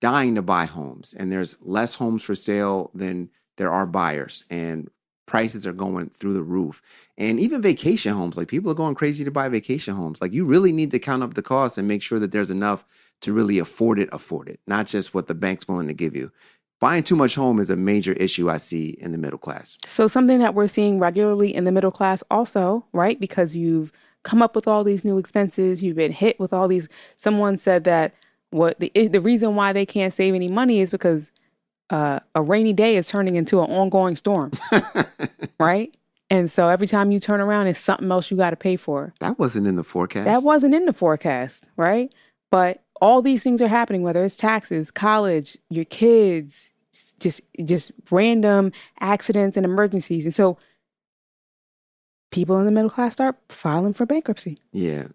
Speaker 4: dying to buy homes, and there's less homes for sale than there are buyers, and prices are going through the roof. And even vacation homes, like people are going crazy to buy vacation homes. Like you really need to count up the costs and make sure that there's enough to really afford it, afford it, not just what the bank's willing to give you. Buying too much home is a major issue I see in the middle class.
Speaker 3: So something that we're seeing regularly in the middle class also, right? Because you've come up with all these new expenses, you've been hit with all these someone said that what the the reason why they can't save any money is because uh, a rainy day is turning into an ongoing storm, right? And so every time you turn around, it's something else you got to pay for.
Speaker 4: That wasn't in the forecast.
Speaker 3: That wasn't in the forecast, right? But all these things are happening, whether it's taxes, college, your kids, s- just just random accidents and emergencies. And so people in the middle class start filing for bankruptcy.
Speaker 4: Yeah.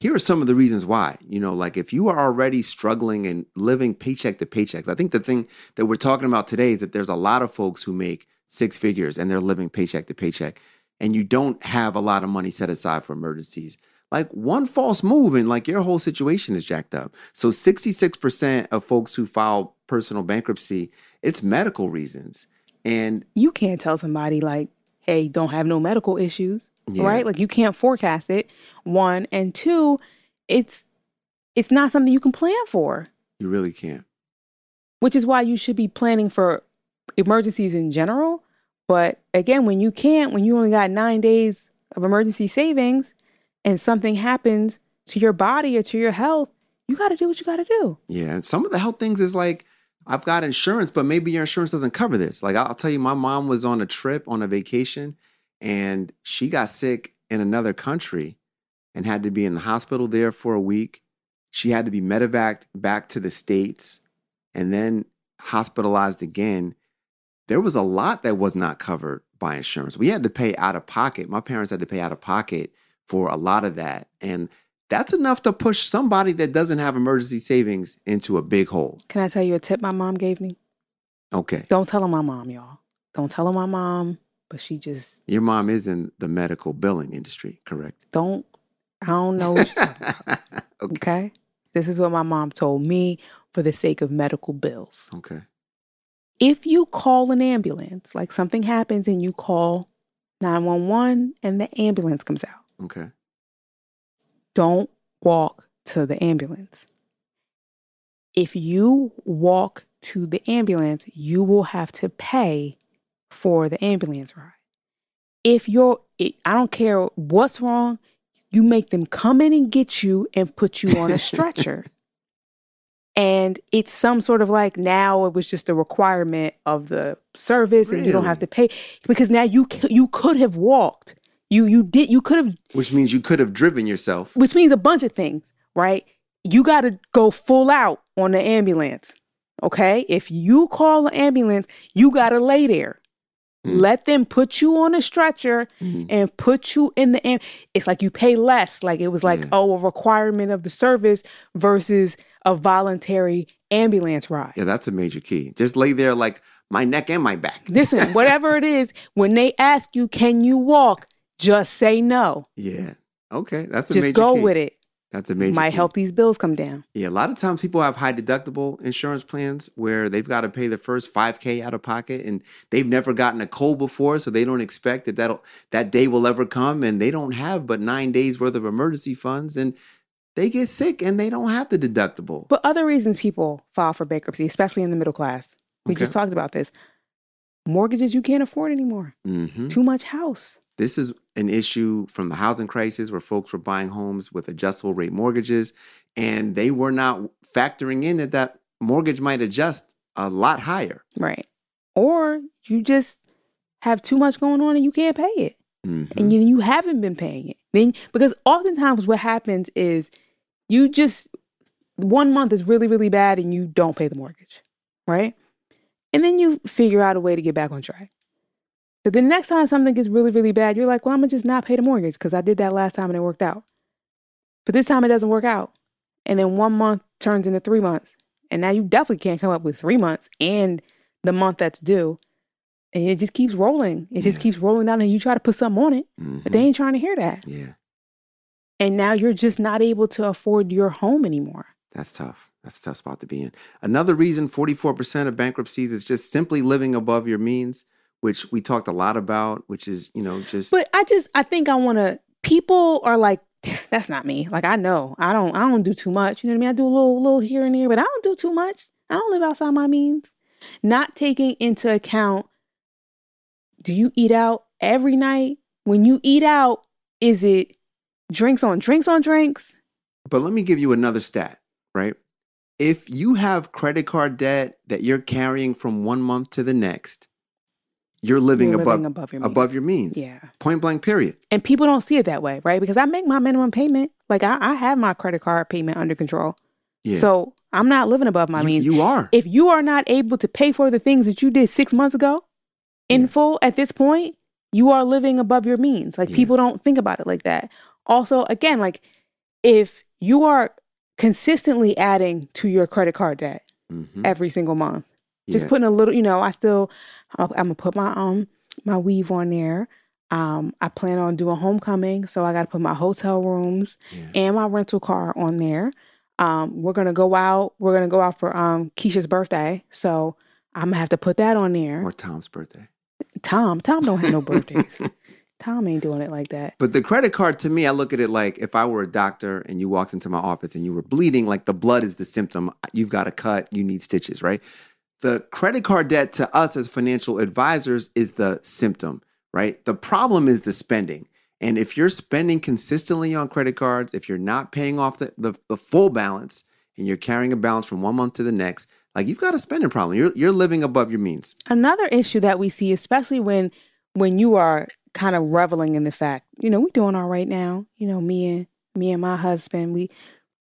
Speaker 4: Here are some of the reasons why. You know, like if you are already struggling and living paycheck to paychecks, I think the thing that we're talking about today is that there's a lot of folks who make six figures and they're living paycheck to paycheck, and you don't have a lot of money set aside for emergencies. Like one false move and like your whole situation is jacked up. So 66% of folks who file personal bankruptcy, it's medical reasons. And
Speaker 3: You can't tell somebody like, "Hey, don't have no medical issues."
Speaker 4: Yeah.
Speaker 3: Right? Like you can't forecast it. One and two, it's it's not something you can plan for.
Speaker 4: you really can't.
Speaker 3: which is why you should be planning for emergencies in general. But again, when you can't, when you only got nine days of emergency savings and something happens to your body or to your health, you got to do what you got to do.
Speaker 4: Yeah, and some of the health things is like I've got insurance, but maybe your insurance doesn't cover this. Like I'll tell you, my mom was on a trip on a vacation, and she got sick in another country, and had to be in the hospital there for a week. She had to be medevaced back to the states, and then hospitalized again. There was a lot that was not covered by insurance. We had to pay out of pocket. My parents had to pay out of pocket for a lot of that, and that's enough to push somebody that doesn't have emergency savings into a big hole.
Speaker 3: Can I tell you a tip my mom gave me?
Speaker 4: Okay.
Speaker 3: Don't tell her my mom, y'all. Don't tell her my mom, but she just
Speaker 4: Your mom is in the medical billing industry, correct?
Speaker 3: don't. I don't know. What she's talking about,
Speaker 4: okay.
Speaker 3: okay. This is what my mom told me for the sake of medical bills.
Speaker 4: Okay.
Speaker 3: if you call an ambulance, like something happens and you call 911 and the ambulance comes out,
Speaker 4: Okay.
Speaker 3: don't walk to the ambulance. If you walk to the ambulance, you will have to pay for the ambulance ride. If you're, it, I don't care what's wrong, you make them come in and get you and put you on a stretcher. And it's some sort of like now it was just a requirement of the service, and you don't have to pay because now you c- you could have walked, you you did you could have
Speaker 4: Which means you could have driven yourself.
Speaker 3: which means a bunch of things, right? You got to go full out on the ambulance. Okay? If you call an ambulance, you got to lay there.
Speaker 4: Mm.
Speaker 3: Let them put you on a stretcher
Speaker 4: Mhm.
Speaker 3: and put you in the am- it's like you pay less like it was like
Speaker 4: Yeah.
Speaker 3: oh a requirement of the service versus a voluntary ambulance ride.
Speaker 4: Yeah, that's a major key. Just lay there like my neck and my back.
Speaker 3: Listen, whatever it is, when they ask you can you walk, just say no.
Speaker 4: Yeah. Okay. That's a major
Speaker 3: Just go
Speaker 4: key.
Speaker 3: with it.
Speaker 4: That's a major
Speaker 3: Might
Speaker 4: key.
Speaker 3: help these bills come down.
Speaker 4: Yeah, a lot of times people have high deductible insurance plans where they've got to pay the first 5k out of pocket and they've never gotten a cold before so they don't expect that that'll, that day will ever come and they don't have but 9 days worth of emergency funds and they get sick and they don't have the deductible.
Speaker 3: But other reasons people file for bankruptcy, especially in the middle class, we
Speaker 4: Okay.
Speaker 3: just talked about this. Mortgages you can't afford anymore.
Speaker 4: Mhm.
Speaker 3: Too much house.
Speaker 4: This is an issue from the housing crisis where folks were buying homes with adjustable rate mortgages and they were not factoring in that that mortgage might adjust a lot higher.
Speaker 3: Right. Or you just have too much going on and you can't pay it.
Speaker 4: Mhm.
Speaker 3: And then you haven't been paying it. Then because oftentimes what happens is you just one month is really, really bad and you don't pay the mortgage. Right? And then you figure out a way to get back on track. But the next time something gets really, really bad, you're like, well, I'm going to just not pay the mortgage because I did that last time and it worked out. But this time it doesn't work out. And then one month turns into three months. And now you definitely can't come up with three months and the month that's due. And it just keeps rolling. It just
Speaker 4: Yeah.
Speaker 3: keeps rolling down. And you try to put something on it,
Speaker 4: Mhm.
Speaker 3: but they ain't trying to hear that.
Speaker 4: yeah,
Speaker 3: And now you're just not able to afford your home anymore.
Speaker 4: that's tough. That's a tough spot to be in. Another reason 44% of bankruptcies is just simply living above your means, which we talked a lot about, which is, you know, just
Speaker 3: But I just I think I want to. People are like, that's not me. Like I know I don't I don't do too much. You know what I mean? I do a little little here and there, but I don't do too much. I don't live outside my means. Not taking into account. Do you eat out every night? When you eat out, is it drinks on drinks on drinks?
Speaker 4: But let me give you another stat, right? If you have credit card debt that you're carrying from one month to the next, you're living,
Speaker 3: You're
Speaker 4: above,
Speaker 3: living above your means.
Speaker 4: above your means.
Speaker 3: Yeah.
Speaker 4: Point blank period.
Speaker 3: And people don't see it that way, right? Because I make my minimum payment. Like I, I have my credit card payment under control.
Speaker 4: Yeah.
Speaker 3: So I'm not living above my
Speaker 4: you,
Speaker 3: means.
Speaker 4: you are.
Speaker 3: if you are not able to pay for the things that you did six months ago in
Speaker 4: Yeah.
Speaker 3: full at this point, you are living above your means. Like
Speaker 4: Yeah.
Speaker 3: people don't think about it like that. Also, again, like if you are consistently adding to your credit card debt
Speaker 4: Mhm.
Speaker 3: every single month, just
Speaker 4: Yeah.
Speaker 3: putting a little, you know, I still, I'm gonna put my um my weave on there. Um, I plan on doing homecoming, so I got to put my hotel rooms
Speaker 4: Yeah.
Speaker 3: and my rental car on there. Um, we're gonna go out. We're gonna go out for um Keisha's birthday, so I'm gonna have to put that on there.
Speaker 4: or Tom's birthday.
Speaker 3: Tom, Tom don't have no birthdays. Tom ain't doing it like that.
Speaker 4: But the credit card to me, I look at it like if I were a doctor and you walked into my office and you were bleeding, like the blood is the symptom. You've got a cut, you need stitches, right? The credit card debt to us as financial advisors is the symptom, right? The problem is the spending. And if you're spending consistently on credit cards, if you're not paying off the, the, the full balance and you're carrying a balance from one month to the next, like you've got a spending problem. You're, you're living above your means.
Speaker 3: Another issue that we see, especially when when you are kind of reveling in the fact, you know, we doing all right now. You know, me and me and my husband, we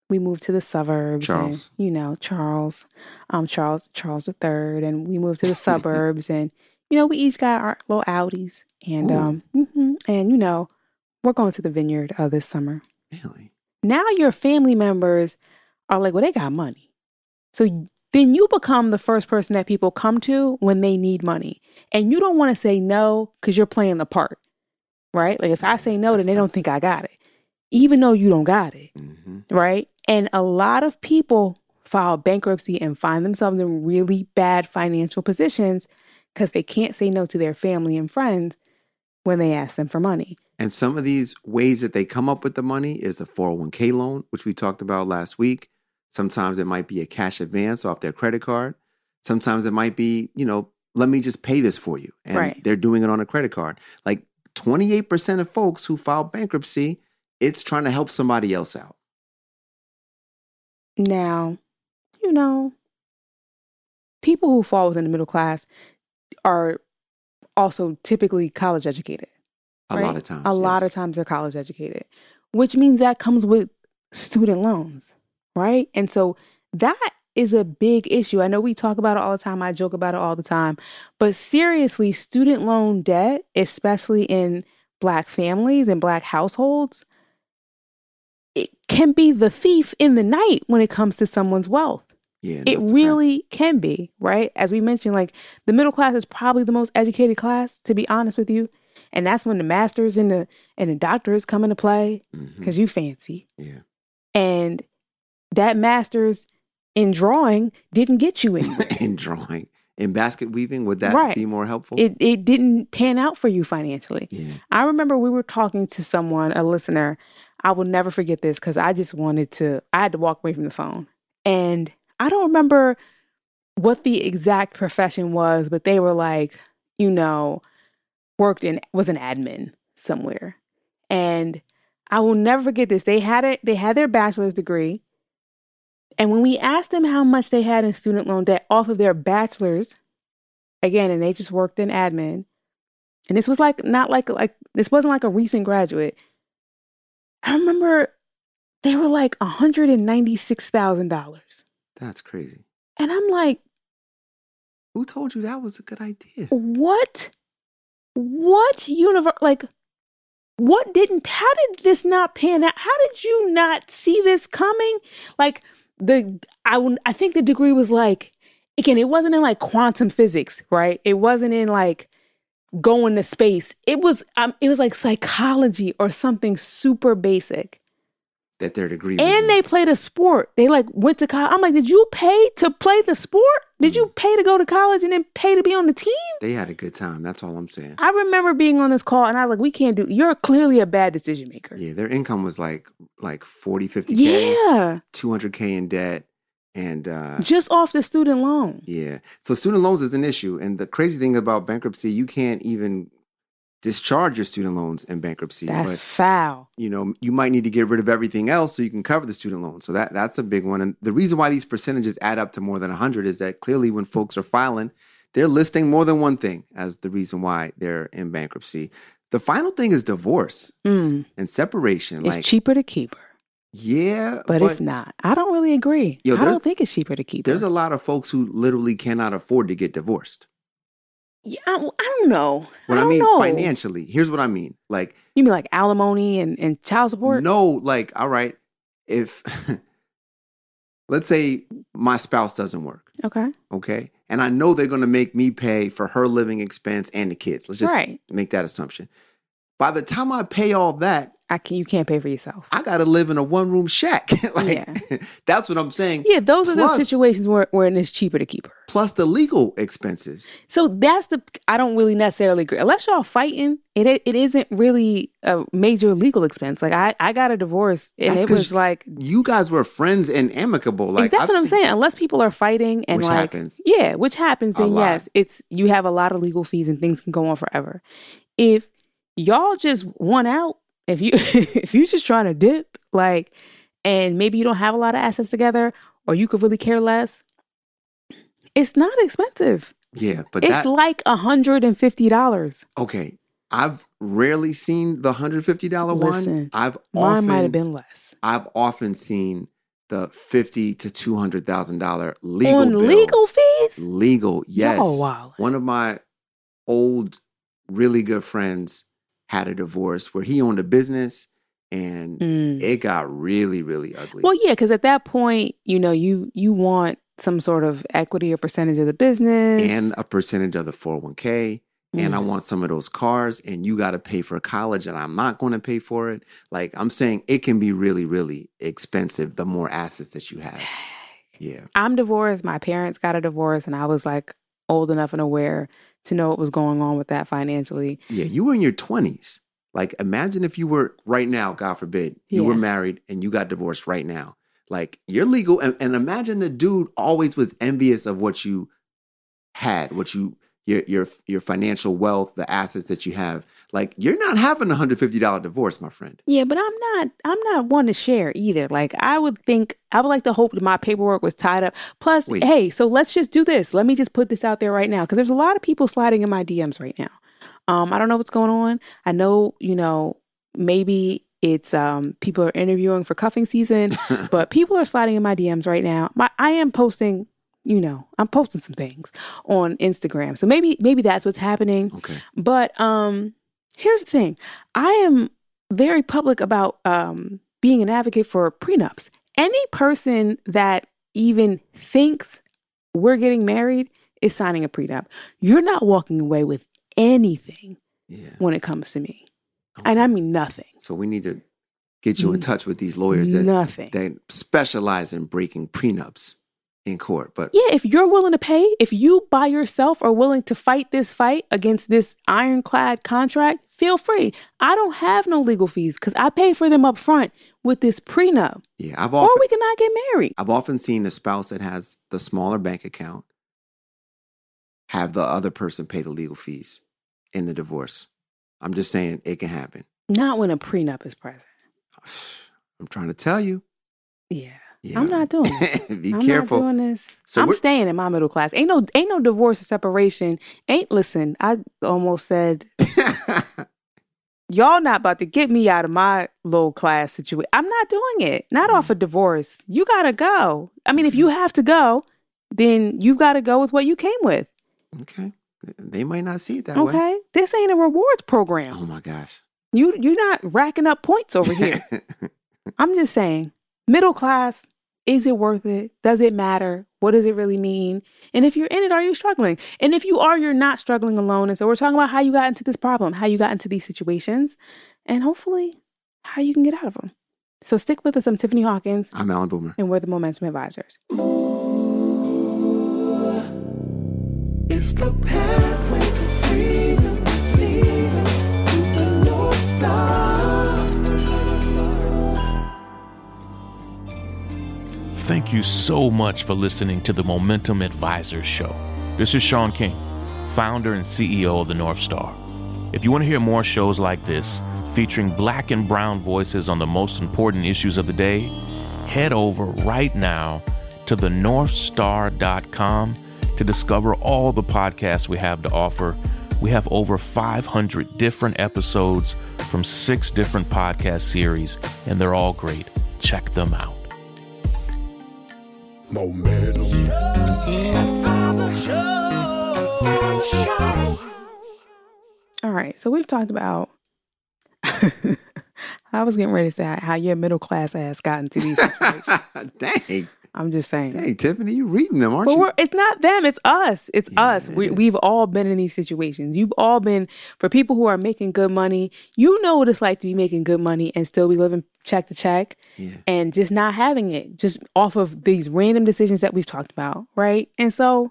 Speaker 3: we moved to the suburbs. and,
Speaker 4: Charles.
Speaker 3: you know, Charles, um, Charles, Charles the third, and we moved to the suburbs, and you know, we each got our little Audis, and
Speaker 4: Ooh.
Speaker 3: um, mhm, and you know, we're going to the vineyard uh, this summer
Speaker 4: Really?
Speaker 3: now your family members are like, well, they got money. So then you become the first person that people come to when they need money. And you don't want to say no because you're playing the part, right? Like if I say no,
Speaker 4: That's
Speaker 3: then they
Speaker 4: tough.
Speaker 3: don't think I got it, even though you don't got it,
Speaker 4: Mm-hmm.
Speaker 3: right? And a lot of people file bankruptcy and find themselves in really bad financial positions because they can't say no to their family and friends when they ask them for money.
Speaker 4: And some of these ways that they come up with the money is a 401k loan, which we talked about last week. Sometimes it might be a cash advance off their credit card. Sometimes it might be, you know, let me just pay this for you. And
Speaker 3: Right.
Speaker 4: they're doing it on a credit card. Like 28% of folks who file bankruptcy, it's trying to help somebody else out.
Speaker 3: Now, you know, people who fall within the middle class are also typically college educated.
Speaker 4: A
Speaker 3: right?
Speaker 4: lot of times.
Speaker 3: A lot
Speaker 4: yes.
Speaker 3: of times they're college educated, which means that comes with student loans, right? And so that is a big issue. I know we talk about it all the time. I joke about it all the time. But seriously, student loan debt, especially in black families and black households, it can be the thief in the night when it comes to someone's wealth
Speaker 4: Yeah,
Speaker 3: it
Speaker 4: that's a fact.
Speaker 3: really can be right as we mentioned like the middle class is probably the most educated class to be honest with you and that's when the masters and the and the doctors come into play
Speaker 4: Mhm.
Speaker 3: because you fancy
Speaker 4: Yeah.
Speaker 3: and that masters in drawing didn't get you anywhere
Speaker 4: in drawing, in basket weaving, would that
Speaker 3: Right.
Speaker 4: be more helpful?
Speaker 3: it, it didn't pan out for you financially
Speaker 4: yeah.
Speaker 3: i remember we were talking to someone a listener i will never forget this because i just wanted to i had to walk away from the phone and i don't remember what the exact profession was, but they were like, you know, worked in was an admin somewhere. And I will never forget this. They had it, they had their bachelor's degree. And when we asked them how much they had in student loan debt off of their bachelor's, again, and they just worked in admin. And this was like not like like this wasn't like a recent graduate. I remember they were like $196,000.
Speaker 4: That's crazy.
Speaker 3: And I'm like, Oh.
Speaker 4: Who told you that was a good idea?
Speaker 3: what what universe like what didn't how did this not pan out how did you not see this coming like the i wouldn't- i think the degree was like again it wasn't in like quantum physics right it wasn't in like going to space it was um it was like psychology or something super basic
Speaker 4: that their degree was in.
Speaker 3: and they played a sport. They like went to college. I'm like, did you pay to play the sport? Did you pay to go to college and then pay to be on the team?
Speaker 4: they had a good time. That's all I'm saying.
Speaker 3: I remember being on this call and I was like, we can't do. You're clearly a bad decision maker.
Speaker 4: Yeah, their income was like like 40, 50 k,
Speaker 3: Yeah,
Speaker 4: 200 k in debt, and uh,
Speaker 3: just off the student loan.
Speaker 4: yeah. So student loans is an issue, and the crazy thing about bankruptcy, you can't even discharge your student loans in bankruptcy.
Speaker 3: That's
Speaker 4: but
Speaker 3: foul.
Speaker 4: you know you might need to get rid of everything else so you can cover the student loan so that that's a big one and the reason why these percentages add up to more than 100 is that clearly when folks are filing they're listing more than one thing as the reason why they're in bankruptcy the final thing is divorce
Speaker 3: Mm.
Speaker 4: and separation
Speaker 3: It's
Speaker 4: like
Speaker 3: cheaper to keep her,
Speaker 4: yeah
Speaker 3: but, it's not. I don't really agree.
Speaker 4: Yo,
Speaker 3: I
Speaker 4: there's-
Speaker 3: don't think it's cheaper to keep
Speaker 4: there's
Speaker 3: her.
Speaker 4: a lot of folks who literally cannot afford to get divorced
Speaker 3: yeah, I, I don't know.
Speaker 4: what
Speaker 3: I
Speaker 4: i,
Speaker 3: don't
Speaker 4: mean
Speaker 3: know.
Speaker 4: financially here's what i mean like
Speaker 3: You mean like alimony and, and child support?
Speaker 4: No, like, all right, if let's say my spouse doesn't work,
Speaker 3: Okay.
Speaker 4: okay, and I know they're gonna make me pay for her living expense and the kids. Let's just
Speaker 3: Right.
Speaker 4: make that assumption. By the time I pay all that,
Speaker 3: I can. You can't pay for yourself.
Speaker 4: I gotta live in a one room shack. like, that's what I'm saying.
Speaker 3: Yeah, those are
Speaker 4: Plus-
Speaker 3: the situations where, where it's cheaper to keep her.
Speaker 4: Plus the legal expenses.
Speaker 3: So that's the I don't really necessarily agree. Unless y'all fighting, it i- it isn't really a major legal expense. Like I I got a divorce and
Speaker 4: That's
Speaker 3: it
Speaker 4: 'cause
Speaker 3: was like,
Speaker 4: You guys were friends and amicable. Like
Speaker 3: that's
Speaker 4: I've
Speaker 3: what I'm
Speaker 4: seen-
Speaker 3: saying. Unless people are fighting and
Speaker 4: Which
Speaker 3: like
Speaker 4: happens.
Speaker 3: yeah, which happens
Speaker 4: A
Speaker 3: then
Speaker 4: lot.
Speaker 3: yes, it's you have a lot of legal fees and things can go on forever. If y'all just want out, if you if you just trying to dip like and maybe you don't have a lot of assets together or you could really care less, it's not expensive.
Speaker 4: Yeah, but
Speaker 3: it's
Speaker 4: that,
Speaker 3: like a hundred and fifty dollars.
Speaker 4: okay. I've rarely seen the hundred fifty dollar one.
Speaker 3: Listen,
Speaker 4: I've
Speaker 3: Mine
Speaker 4: often
Speaker 3: might have been less.
Speaker 4: I've often seen the fifty to two hundred thousand dollar legal
Speaker 3: On
Speaker 4: bill.
Speaker 3: legal fees?
Speaker 4: legal. Yes,
Speaker 3: Y'all wild.
Speaker 4: one of my old, really good friends had a divorce where he owned a business and
Speaker 3: Mm.
Speaker 4: it got really, really ugly.
Speaker 3: Well, yeah, because at that point, you know, you you want some sort of equity or percentage of the business.
Speaker 4: and a percentage of the four hundred one k. And I want some of those cars, and you got to pay for college, and I'm not going to pay for it. Like I'm saying, it can be really, really expensive the more assets that you have. Yeah.
Speaker 3: I'm divorced. My parents got a divorce, and I was like old enough and aware to know what was going on with that financially.
Speaker 4: Yeah, you were in your 20s. Like, imagine if you were right now, God forbid, you were
Speaker 3: Yeah.
Speaker 4: married and you got divorced right now. Like, you're legal. And, and imagine the dude always was envious of what you had, what you, your, your, your financial wealth, the assets that you have. Like, you're not having a $150 divorce, my friend.
Speaker 3: Yeah, but I'm not I'm not one to share either. Like I would think I would like to hope that my paperwork was tied up. Plus,
Speaker 4: Wait.
Speaker 3: hey, so let's just do this. Let me just put this out there right now cuz there's a lot of people sliding in my DMs right now. Um I don't know what's going on. I know, you know, maybe it's um people are interviewing for cuffing season, but people are sliding in my DMs right now. My I am posting, you know, I'm posting some things on Instagram. So maybe maybe that's what's happening.
Speaker 4: Okay.
Speaker 3: But um here's the thing. I am very public about um being an advocate for prenups. Any person that even thinks we're getting married is signing a prenup. You're not walking away with anything
Speaker 4: Yeah. Oh,
Speaker 3: when it comes to me. And Mm-hmm. I mean nothing.
Speaker 4: So, we need to get you in touch with these lawyers that,
Speaker 3: nothing.
Speaker 4: that specialize in breaking prenups in court. But
Speaker 3: yeah, if you're willing to pay, if you by yourself are willing to fight this fight against this ironclad contract, feel free. I don't have no legal fees because I paid for them up front with this prenup.
Speaker 4: yeah, I've
Speaker 3: or
Speaker 4: often.
Speaker 3: we cannot get married.
Speaker 4: I've often seen the spouse that has the smaller bank account have the other person pay the legal fees in the divorce. I'm just saying it can happen.
Speaker 3: Not when a prenup is present.
Speaker 4: I'm trying to tell you.
Speaker 3: Yeah.
Speaker 4: Yeah.
Speaker 3: I'm not doing it.
Speaker 4: Be
Speaker 3: I'm
Speaker 4: careful.
Speaker 3: not doing this.
Speaker 4: So
Speaker 3: I'm
Speaker 4: we're-
Speaker 3: staying in my middle class. Ain't no ain't no divorce or separation. Ain't listen, I almost said y'all not about to get me out of my low class situation. I'm not doing it. Not
Speaker 4: Mm-hmm.
Speaker 3: off a divorce. You gotta go. I mean, if you have to go, then you gotta go with what you came with.
Speaker 4: okay. They might not see it that way.
Speaker 3: Okay. This ain't a rewards
Speaker 4: Oh
Speaker 3: program.
Speaker 4: my gosh.
Speaker 3: You you're not racking up points over here. I'm just saying, middle class, is it worth it? Does it matter? What does it really mean? And if you're in it, are you struggling? And if you are, you're not struggling alone. And so we're talking about how you got into this problem, how you got into these situations, and hopefully how you can get out of them. So stick with us. I'm Tiffany Hawkins,
Speaker 4: I'm Alan Boomer.
Speaker 3: and we're the Momentum Advisors.
Speaker 6: It's the pathway to freedom that's leading to the North Star. Star, star, star.
Speaker 1: Thank you so much for listening to the Momentum Advisors Show. This is Sean King, founder and CEO of the North Star. If you want to hear more shows like this, featuring black and brown voices on the most important issues of the day, head over right now to the northstar.com to discover all the podcasts we have to offer. We have over 500 different episodes from six different podcast series, and they're all great. Check them out.
Speaker 6: Advisor Show. Advisor Show.
Speaker 3: All right. So we've talked about. I was getting ready to say how your middle class ass got into these.
Speaker 4: dang.
Speaker 3: I'm just saying.
Speaker 4: Dang, Tiffany, you reading them, aren't
Speaker 3: But
Speaker 4: you?
Speaker 3: we're, it's not them, it's us. It's us.
Speaker 4: it
Speaker 3: We,
Speaker 4: is.
Speaker 3: we've all been in these situations. You've all been, for people who are making good money, you know what it's like to be making good money and still be living check to check
Speaker 4: Yeah.
Speaker 3: and just not having it, just off of these random decisions that we've talked about, right? And so,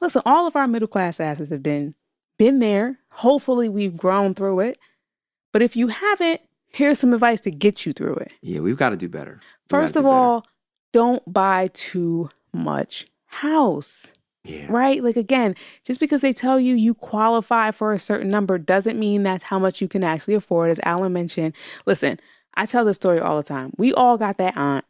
Speaker 3: listen, all of our middle class asses have been been there. Hopefully, we've grown through it. But if you haven't, here's some advice to get you through it.
Speaker 4: Yeah, we've got to do better. We gotta
Speaker 3: First
Speaker 4: do
Speaker 3: of
Speaker 4: better.
Speaker 3: all, don't buy too much house.
Speaker 4: yeah.
Speaker 3: Right? Like again, just because they tell you you qualify for a certain number doesn't mean that's how much you can actually afford. As Alan mentioned, listen, I tell this story all the time. We all got that aunt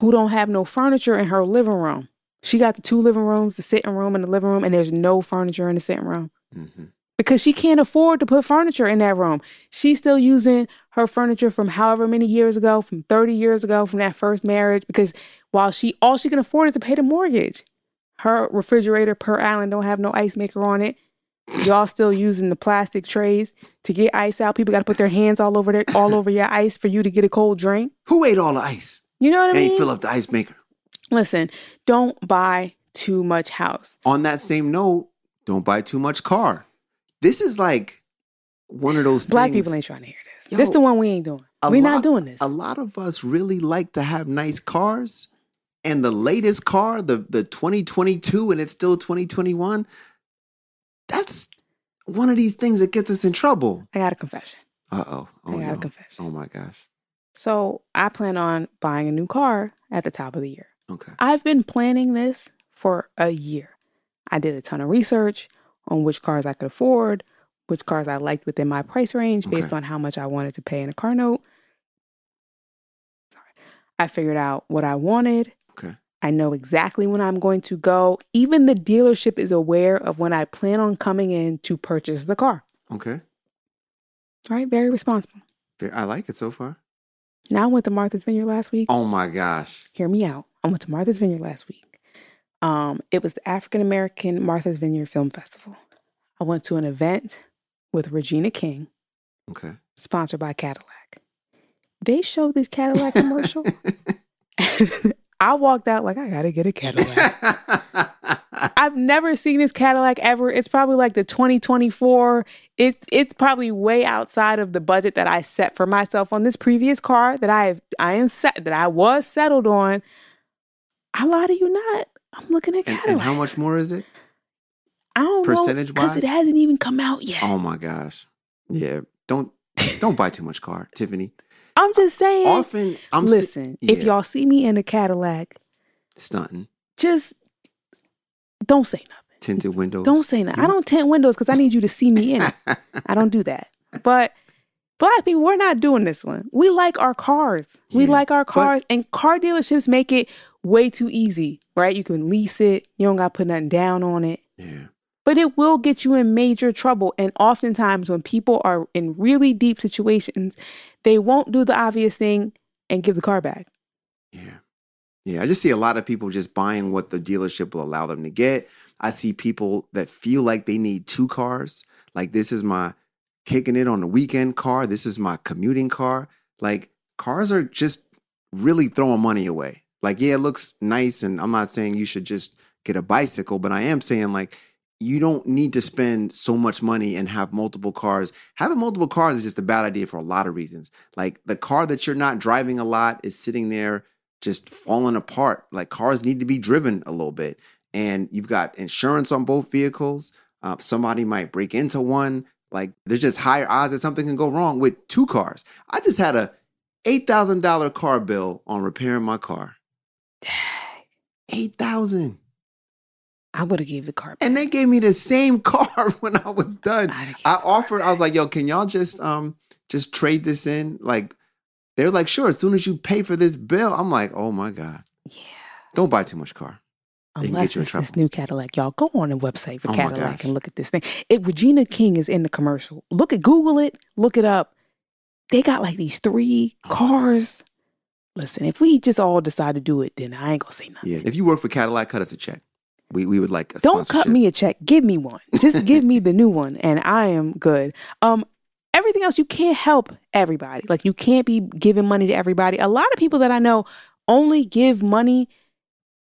Speaker 3: who don't have no furniture in her living room. She got the two living rooms, the sitting room and the living room, and there's no furniture in the sitting room
Speaker 4: Mhm.
Speaker 3: because she can't afford to put furniture in that room. She's still using her furniture from however many years ago, from 30 years ago, from that first marriage, because while she all she can afford is to pay the mortgage. Her refrigerator per island don't have no ice maker on it. Y'all still using the plastic trays to get ice out. People gotta put their hands all over their all over your ice for you to get a cold drink.
Speaker 4: Who ate all the ice?
Speaker 3: You know what I
Speaker 4: They
Speaker 3: mean?
Speaker 4: fill up the ice maker.
Speaker 3: Listen, don't buy too much house.
Speaker 4: On that same note, don't buy too much car. This is like one of those
Speaker 3: Black
Speaker 4: things.
Speaker 3: people ain't trying to hear this.
Speaker 4: Yo,
Speaker 3: this the one we ain't doing.
Speaker 4: a
Speaker 3: We
Speaker 4: lot-
Speaker 3: not doing this.
Speaker 4: A lot of us really like to have nice cars, and the latest car, the the 2022, and it's still 2021. That's one of these things that gets us in trouble.
Speaker 3: I got a confession.
Speaker 4: Uh oh. Oh
Speaker 3: I got
Speaker 4: no.
Speaker 3: a confession.
Speaker 4: Oh my gosh.
Speaker 3: So I plan on buying a new car at the top of the year.
Speaker 4: Okay.
Speaker 3: I've been planning this for a year. I did a ton of research on which cars I could afford, which cars I liked within my price range based
Speaker 4: Okay.
Speaker 3: on how much I wanted to pay in a car note. Sorry. I figured out what I wanted.
Speaker 4: Okay.
Speaker 3: I know exactly when I'm going to go. Even the dealership is aware of when I plan on coming in to purchase the car.
Speaker 4: Okay.
Speaker 3: All right, very responsible.
Speaker 4: Fair- I like it so far.
Speaker 3: Now I went to Martha's Vineyard last week.
Speaker 4: Oh my gosh.
Speaker 3: hear me out. I went to Martha's Vineyard last week. Um, it was the African American Martha's Vineyard Film Festival. I went to an event with Regina King,
Speaker 4: Okay.
Speaker 3: sponsored by Cadillac. They showed this Cadillac commercial. I walked out like I gotta get a Cadillac. I've never seen this Cadillac ever. It's probably like the 2024. It's it's probably way outside of the budget that I set for myself on this previous car that I I am set that I was settled on. I lie to you not. I'm looking at
Speaker 4: and,
Speaker 3: Cadillac.
Speaker 4: and how much more is it?
Speaker 3: I don't know
Speaker 4: percentage-wise?
Speaker 3: because it hasn't even come out yet.
Speaker 4: Oh my gosh. Yeah. Don't don't buy too much car, Tiffany.
Speaker 3: I'm just saying.
Speaker 4: Often I'm si-
Speaker 3: listen, if
Speaker 4: yeah.
Speaker 3: y'all see me in a Cadillac,
Speaker 4: stunting
Speaker 3: just don't say nothing.
Speaker 4: tinted windows.
Speaker 3: Don't say nothing.
Speaker 4: You
Speaker 3: I don't tint windows because I need you to see me in it. I don't do that. But black people, we're not doing this one. We like our cars. We
Speaker 4: Yeah,
Speaker 3: like our
Speaker 4: but-
Speaker 3: cars, and car dealerships make it way too easy, right? You can lease it. You don't got to put nothing down on it.
Speaker 4: Yeah.
Speaker 3: But it will get you in major trouble. And oftentimes, when people are in really deep situations, they won't do the obvious thing and give the car back.
Speaker 4: Yeah. Yeah. I just see a lot of people just buying what the dealership will allow them to get. I see people that feel like they need two cars. Like, this is my kicking it on the weekend car. This is my commuting car. Like, cars are just really throwing money away. Like, yeah, it looks nice. And I'm not saying you should just get a bicycle, but I am saying, like, you don't need to spend so much money and have multiple cars. Having multiple cars is just a bad idea for a lot of reasons. Like, the car that you're not driving a lot is sitting there just falling apart. Like cars need to be driven a little bit, and you've got insurance on both vehicles. Uh, somebody might break into one. Like there's just higher odds that something can go wrong with two cars. I just had a eight thousand dollar car bill on repairing my car. Eight thousand,
Speaker 3: I would have gave the car back.
Speaker 4: and they gave me the same car when I was done.
Speaker 3: I'd have gave
Speaker 4: I
Speaker 3: the car
Speaker 4: offered. I was
Speaker 3: back.
Speaker 4: like, "Yo, can y'all just um just trade this in?" Like they're like, "Sure." As soon as you pay for this bill, I'm like, "Oh my god,
Speaker 3: yeah.
Speaker 4: don't buy too much car." They can get
Speaker 3: Unless
Speaker 4: you in
Speaker 3: it's this
Speaker 4: trouble.
Speaker 3: new Cadillac, y'all go on the website for
Speaker 4: Oh my
Speaker 3: Cadillac
Speaker 4: gosh.
Speaker 3: and look at this thing. It Regina King is in the commercial. Look at Google it. Look it up. They got like these three
Speaker 4: Oh,
Speaker 3: cars. Listen, if we just all decide to do it, then I ain't gonna say nothing.
Speaker 4: Yeah. If you work for Cadillac, cut us a check. We we would like a
Speaker 3: Don't cut
Speaker 4: sponsorship.
Speaker 3: me a check. Give me one. Just give me the new one, and I am good. Um, everything else you can't help everybody. Like you can't be giving money to everybody. A lot of people that I know only give money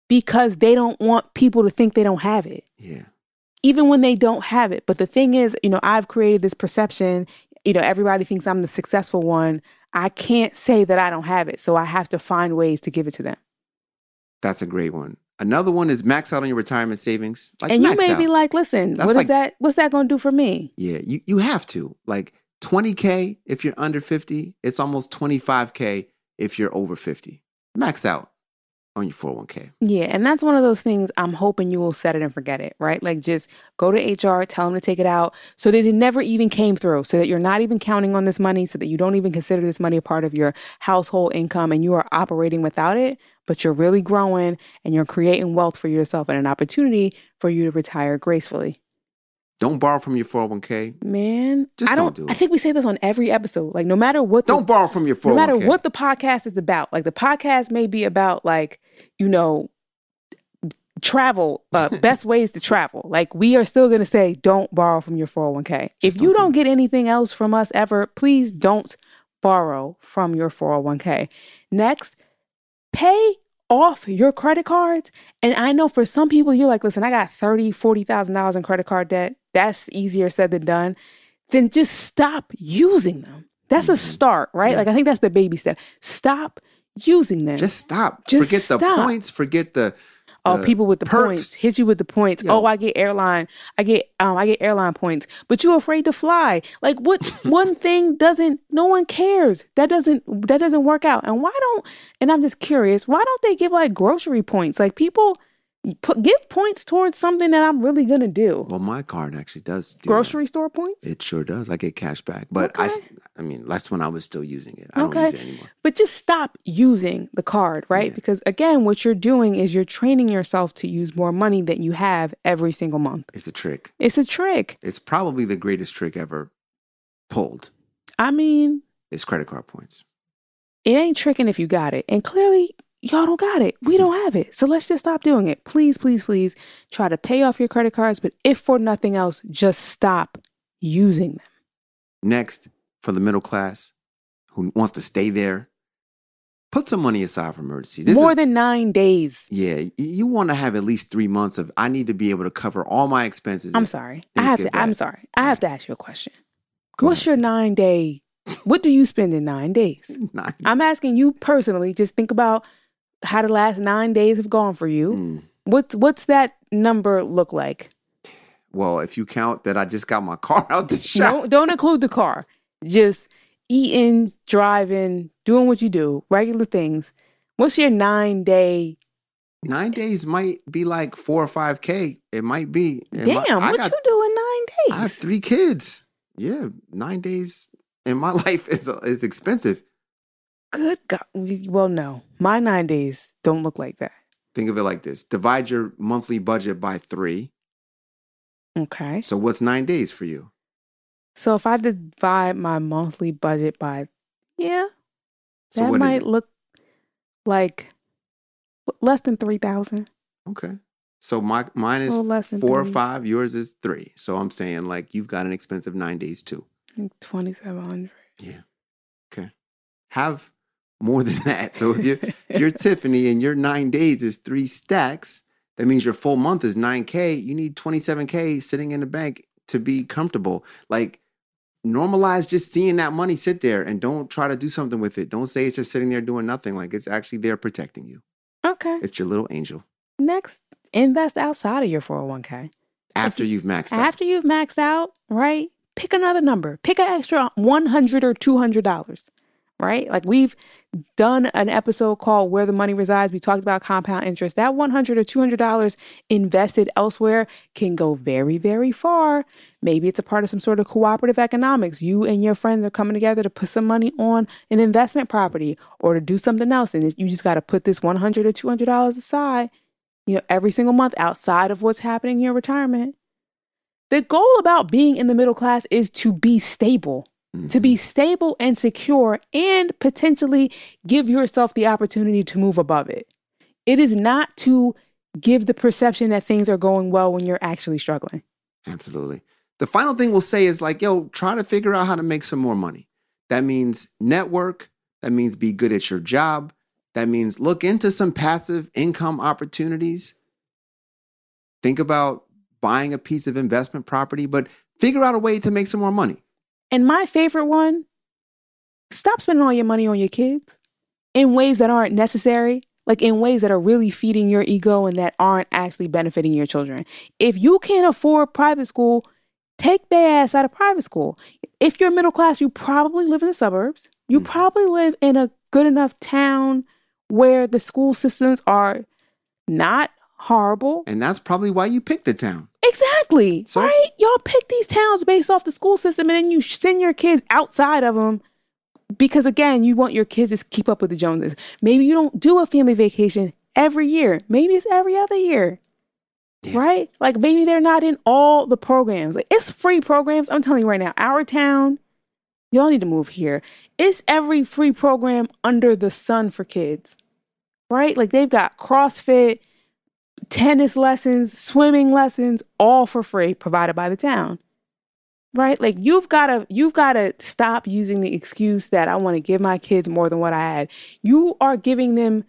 Speaker 3: because they don't want people to think they don't have it
Speaker 4: Yeah.
Speaker 3: even when they don't have it. But the thing is, you know, I've created this perception, you know, everybody thinks I'm the successful one. I can't say that I don't have it. So I have to find ways to give it to them.
Speaker 4: That's a great one. Another one is max out on your retirement savings. Like
Speaker 3: and you
Speaker 4: Uh, max
Speaker 3: may
Speaker 4: out.
Speaker 3: be like, listen,
Speaker 4: That's
Speaker 3: what is
Speaker 4: like-
Speaker 3: that? What's that going to do for me?
Speaker 4: Yeah, you, you have to. Like 20K if you're under 50, it's almost 25K if you're over 50. Max out on your 401k.
Speaker 3: Yeah. And that's one of those things I'm hoping you will set it and forget it, right? Like just go to HR, tell them to take it out so that it never even came through, so that you're not even counting on this money, so that you don't even consider this money a part of your household income and you are operating without it. But you're really growing and you're creating wealth for yourself and an opportunity for you to retire gracefully.
Speaker 4: Don't borrow from your 401k.
Speaker 3: Man,
Speaker 4: Just
Speaker 3: I
Speaker 4: don't
Speaker 3: don't,
Speaker 4: do
Speaker 3: I
Speaker 4: it.
Speaker 3: think we say this on every episode. Like, no matter what, the-
Speaker 4: Don't borrow from your 401k.
Speaker 3: no matter what the podcast is about like the podcast may be about like you know travel uh, best ways to travel like we are still going to say don't borrow from your 401k
Speaker 4: Just
Speaker 3: if you
Speaker 4: don't do
Speaker 3: don't
Speaker 4: it.
Speaker 3: get anything else from us ever please don't borrow from your 401k next pay off your credit cards and i know for some people you're like listen i got 30 40000 dollars in credit card debt that's easier said than done then just stop using them that's a start right
Speaker 4: Yeah.
Speaker 3: like i think that's the baby step stop using them
Speaker 4: Just stop.
Speaker 3: Just
Speaker 4: forget the
Speaker 3: stop.
Speaker 4: points. Forget the.
Speaker 3: oh
Speaker 4: uh,
Speaker 3: people with the
Speaker 4: perks.
Speaker 3: points hit you with the points
Speaker 4: Yo.
Speaker 3: oh i get airline i get um i get airline points but you're afraid to fly like what one thing doesn't no one cares that doesn't that doesn't work out and why don't and i'm just curious why don't they give like grocery points like people put, give points towards something that i'm really gonna do
Speaker 4: Well, my card actually does. do that.
Speaker 3: grocery store points
Speaker 4: It sure does. I get cash back, but I, s-
Speaker 3: Okay.
Speaker 4: I mean, that's when I was still using it. I don't
Speaker 3: Okay.
Speaker 4: use it anymore.
Speaker 3: But just stop using the card, right?
Speaker 4: Yeah.
Speaker 3: Because again, what you're doing is you're training yourself to use more money than you have every single month.
Speaker 4: It's a trick.
Speaker 3: It's a trick.
Speaker 4: It's probably the greatest trick ever pulled.
Speaker 3: I mean,
Speaker 4: Is credit card points.
Speaker 3: it ain't tricking if you got it. And clearly, y'all don't got it. We don't have it. So let's just stop doing it. Please, please, please try to pay off your credit cards. But if for nothing else, just stop using them.
Speaker 4: Next, for the middle class who wants to stay there, put some money aside for emergencies. This
Speaker 3: more
Speaker 4: is-
Speaker 3: than nine days.
Speaker 4: yeah, y- you want to have at least three months of. I need to be able to cover all my expenses.
Speaker 3: I'm sorry. I
Speaker 4: Things
Speaker 3: have
Speaker 4: get
Speaker 3: to. I'm
Speaker 4: bad.
Speaker 3: sorry. I have to ask you a question.
Speaker 4: Go
Speaker 3: What's your
Speaker 4: ahead.
Speaker 3: nine day? What do you spend in nine days?
Speaker 4: Nine.
Speaker 3: I'm asking you personally. Just think about how the last nine days have gone for you.
Speaker 4: Mm.
Speaker 3: What's what's that number look like?
Speaker 4: Well, if you count that I just got my car out the shop,
Speaker 3: Don't don't include the car. Just eating, driving, doing what you do, regular things. What's your nine day?
Speaker 4: nine days might be like four or five k. It might be. And my-
Speaker 3: Damn,
Speaker 4: I
Speaker 3: what
Speaker 4: got-
Speaker 3: you do in nine days?
Speaker 4: I have three kids. Yeah, nine days in my life is is expensive.
Speaker 3: Good God. Well, no, my nine days don't look like that.
Speaker 4: Think of it like this: divide your monthly budget by three.
Speaker 3: Okay.
Speaker 4: So what's nine days for you?
Speaker 3: So if I divide my monthly budget by, yeah,
Speaker 4: So
Speaker 3: that
Speaker 4: what is
Speaker 3: might
Speaker 4: it?
Speaker 3: look like less than three thousand.
Speaker 4: Okay, So my mine is
Speaker 3: Little less than
Speaker 4: four or
Speaker 3: three.
Speaker 4: five. Yours is three. So I'm saying like you've got an expensive nine days too.
Speaker 3: Twenty seven hundred.
Speaker 4: Yeah. Okay. Have more than that. So if you're if you're Tiffany and your nine days is three stacks, that means your full month is nine k. You need twenty seven k sitting in the bank to be comfortable. Like normalize just seeing that money sit there and don't try to do something with it. Don't say it's just sitting there doing nothing. Like it's actually there protecting you.
Speaker 3: Okay.
Speaker 4: It's your little angel
Speaker 3: Next, invest outside of your 401k.
Speaker 4: after you've maxed out.
Speaker 3: After you've maxed out, right? Pick another number. Pick an extra 100 or 200 dollars. Right? Like we've done an episode called Where the Money Resides. We talked about compound interest. That 100 or 200 dollars invested elsewhere can go very, very far. Maybe it's a part of some sort of cooperative economics. You and your friends are coming together to put some money on an investment property or to do something else and you just got to put this 100 or 200 dollars aside, you know, every single month outside of what's happening in your retirement. The goal about being in the middle class is to be stable, to be stable and secure, and potentially give yourself the opportunity to move above it. It is not to give the perception that things are going well when you're actually struggling.
Speaker 4: Absolutely. The final thing we'll say is like, yo, try to figure out how to make some more money. That means network. That means be good at your job. That means look into some passive income opportunities. Think about buying a piece of investment property, but figure out a way to make some more money.
Speaker 3: And my favorite one stop spending all your money on your kids in ways that aren't necessary, like in ways that are really feeding your ego and that aren't actually benefiting your children. If you can't afford private school, take their ass out of private school. If you're middle class, you probably live in the suburbs. You probably live in a good enough town where the school systems are not horrible.
Speaker 4: And that's probably why you picked the town.
Speaker 3: Exactly.
Speaker 4: So-
Speaker 3: right? Y'all pick these towns based off the school system and then you send your kids outside of them because, again, you want your kids to keep up with the Joneses. Maybe you don't do a family vacation every year. Maybe it's every other year. Right? Like maybe they're not in all the programs. Like it's free programs. I'm telling you right now, our town, y'all need to move here. It's every free program under the sun for kids. Right? Like they've got CrossFit, tennis lessons, swimming lessons, all for free provided by the town. Right? Like you've got to you've got to stop using the excuse that I want to give my kids more than what I had. You are giving them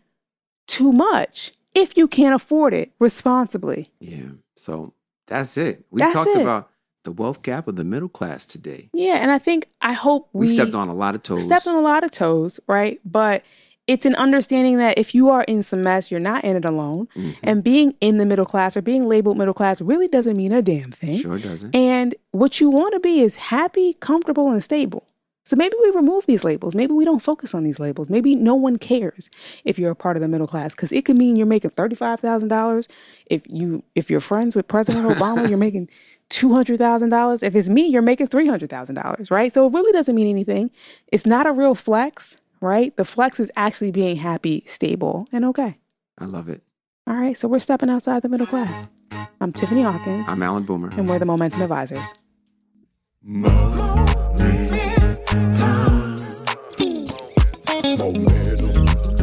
Speaker 3: too much if you can't afford it responsibly.
Speaker 4: Yeah. So that's it. We
Speaker 3: That's
Speaker 4: talked
Speaker 3: it.
Speaker 4: about the wealth gap of the middle class today.
Speaker 3: Yeah, and I think I hope
Speaker 4: We,
Speaker 3: we,
Speaker 4: stepped on a lot of toes.
Speaker 3: stepped on a lot of toes, right? But it's an understanding that if you are in some mess, you're not in it alone.
Speaker 4: Mm-hmm.
Speaker 3: And being in the middle class or being labeled middle class really doesn't mean a damn thing.
Speaker 4: Sure doesn't.
Speaker 3: And what you want to be is happy, comfortable, and stable. So maybe we remove these labels. Maybe we don't focus on these labels. Maybe no one cares if you're a part of the middle class because it could mean you're making thirty-five thousand dollars. If you if you're friends with President Obama, you're making two hundred thousand dollars. If it's me, you're making three hundred thousand dollars, right? So it really doesn't mean anything. It's not a real flex, right? The flex is actually being happy, stable, and okay.
Speaker 4: I love it.
Speaker 3: All right. So we're stepping outside the middle class. I'm Tiffany Hawkins,
Speaker 4: I'm Alan Boomer.
Speaker 3: and we're the Momentum Advisors.
Speaker 6: Momentum.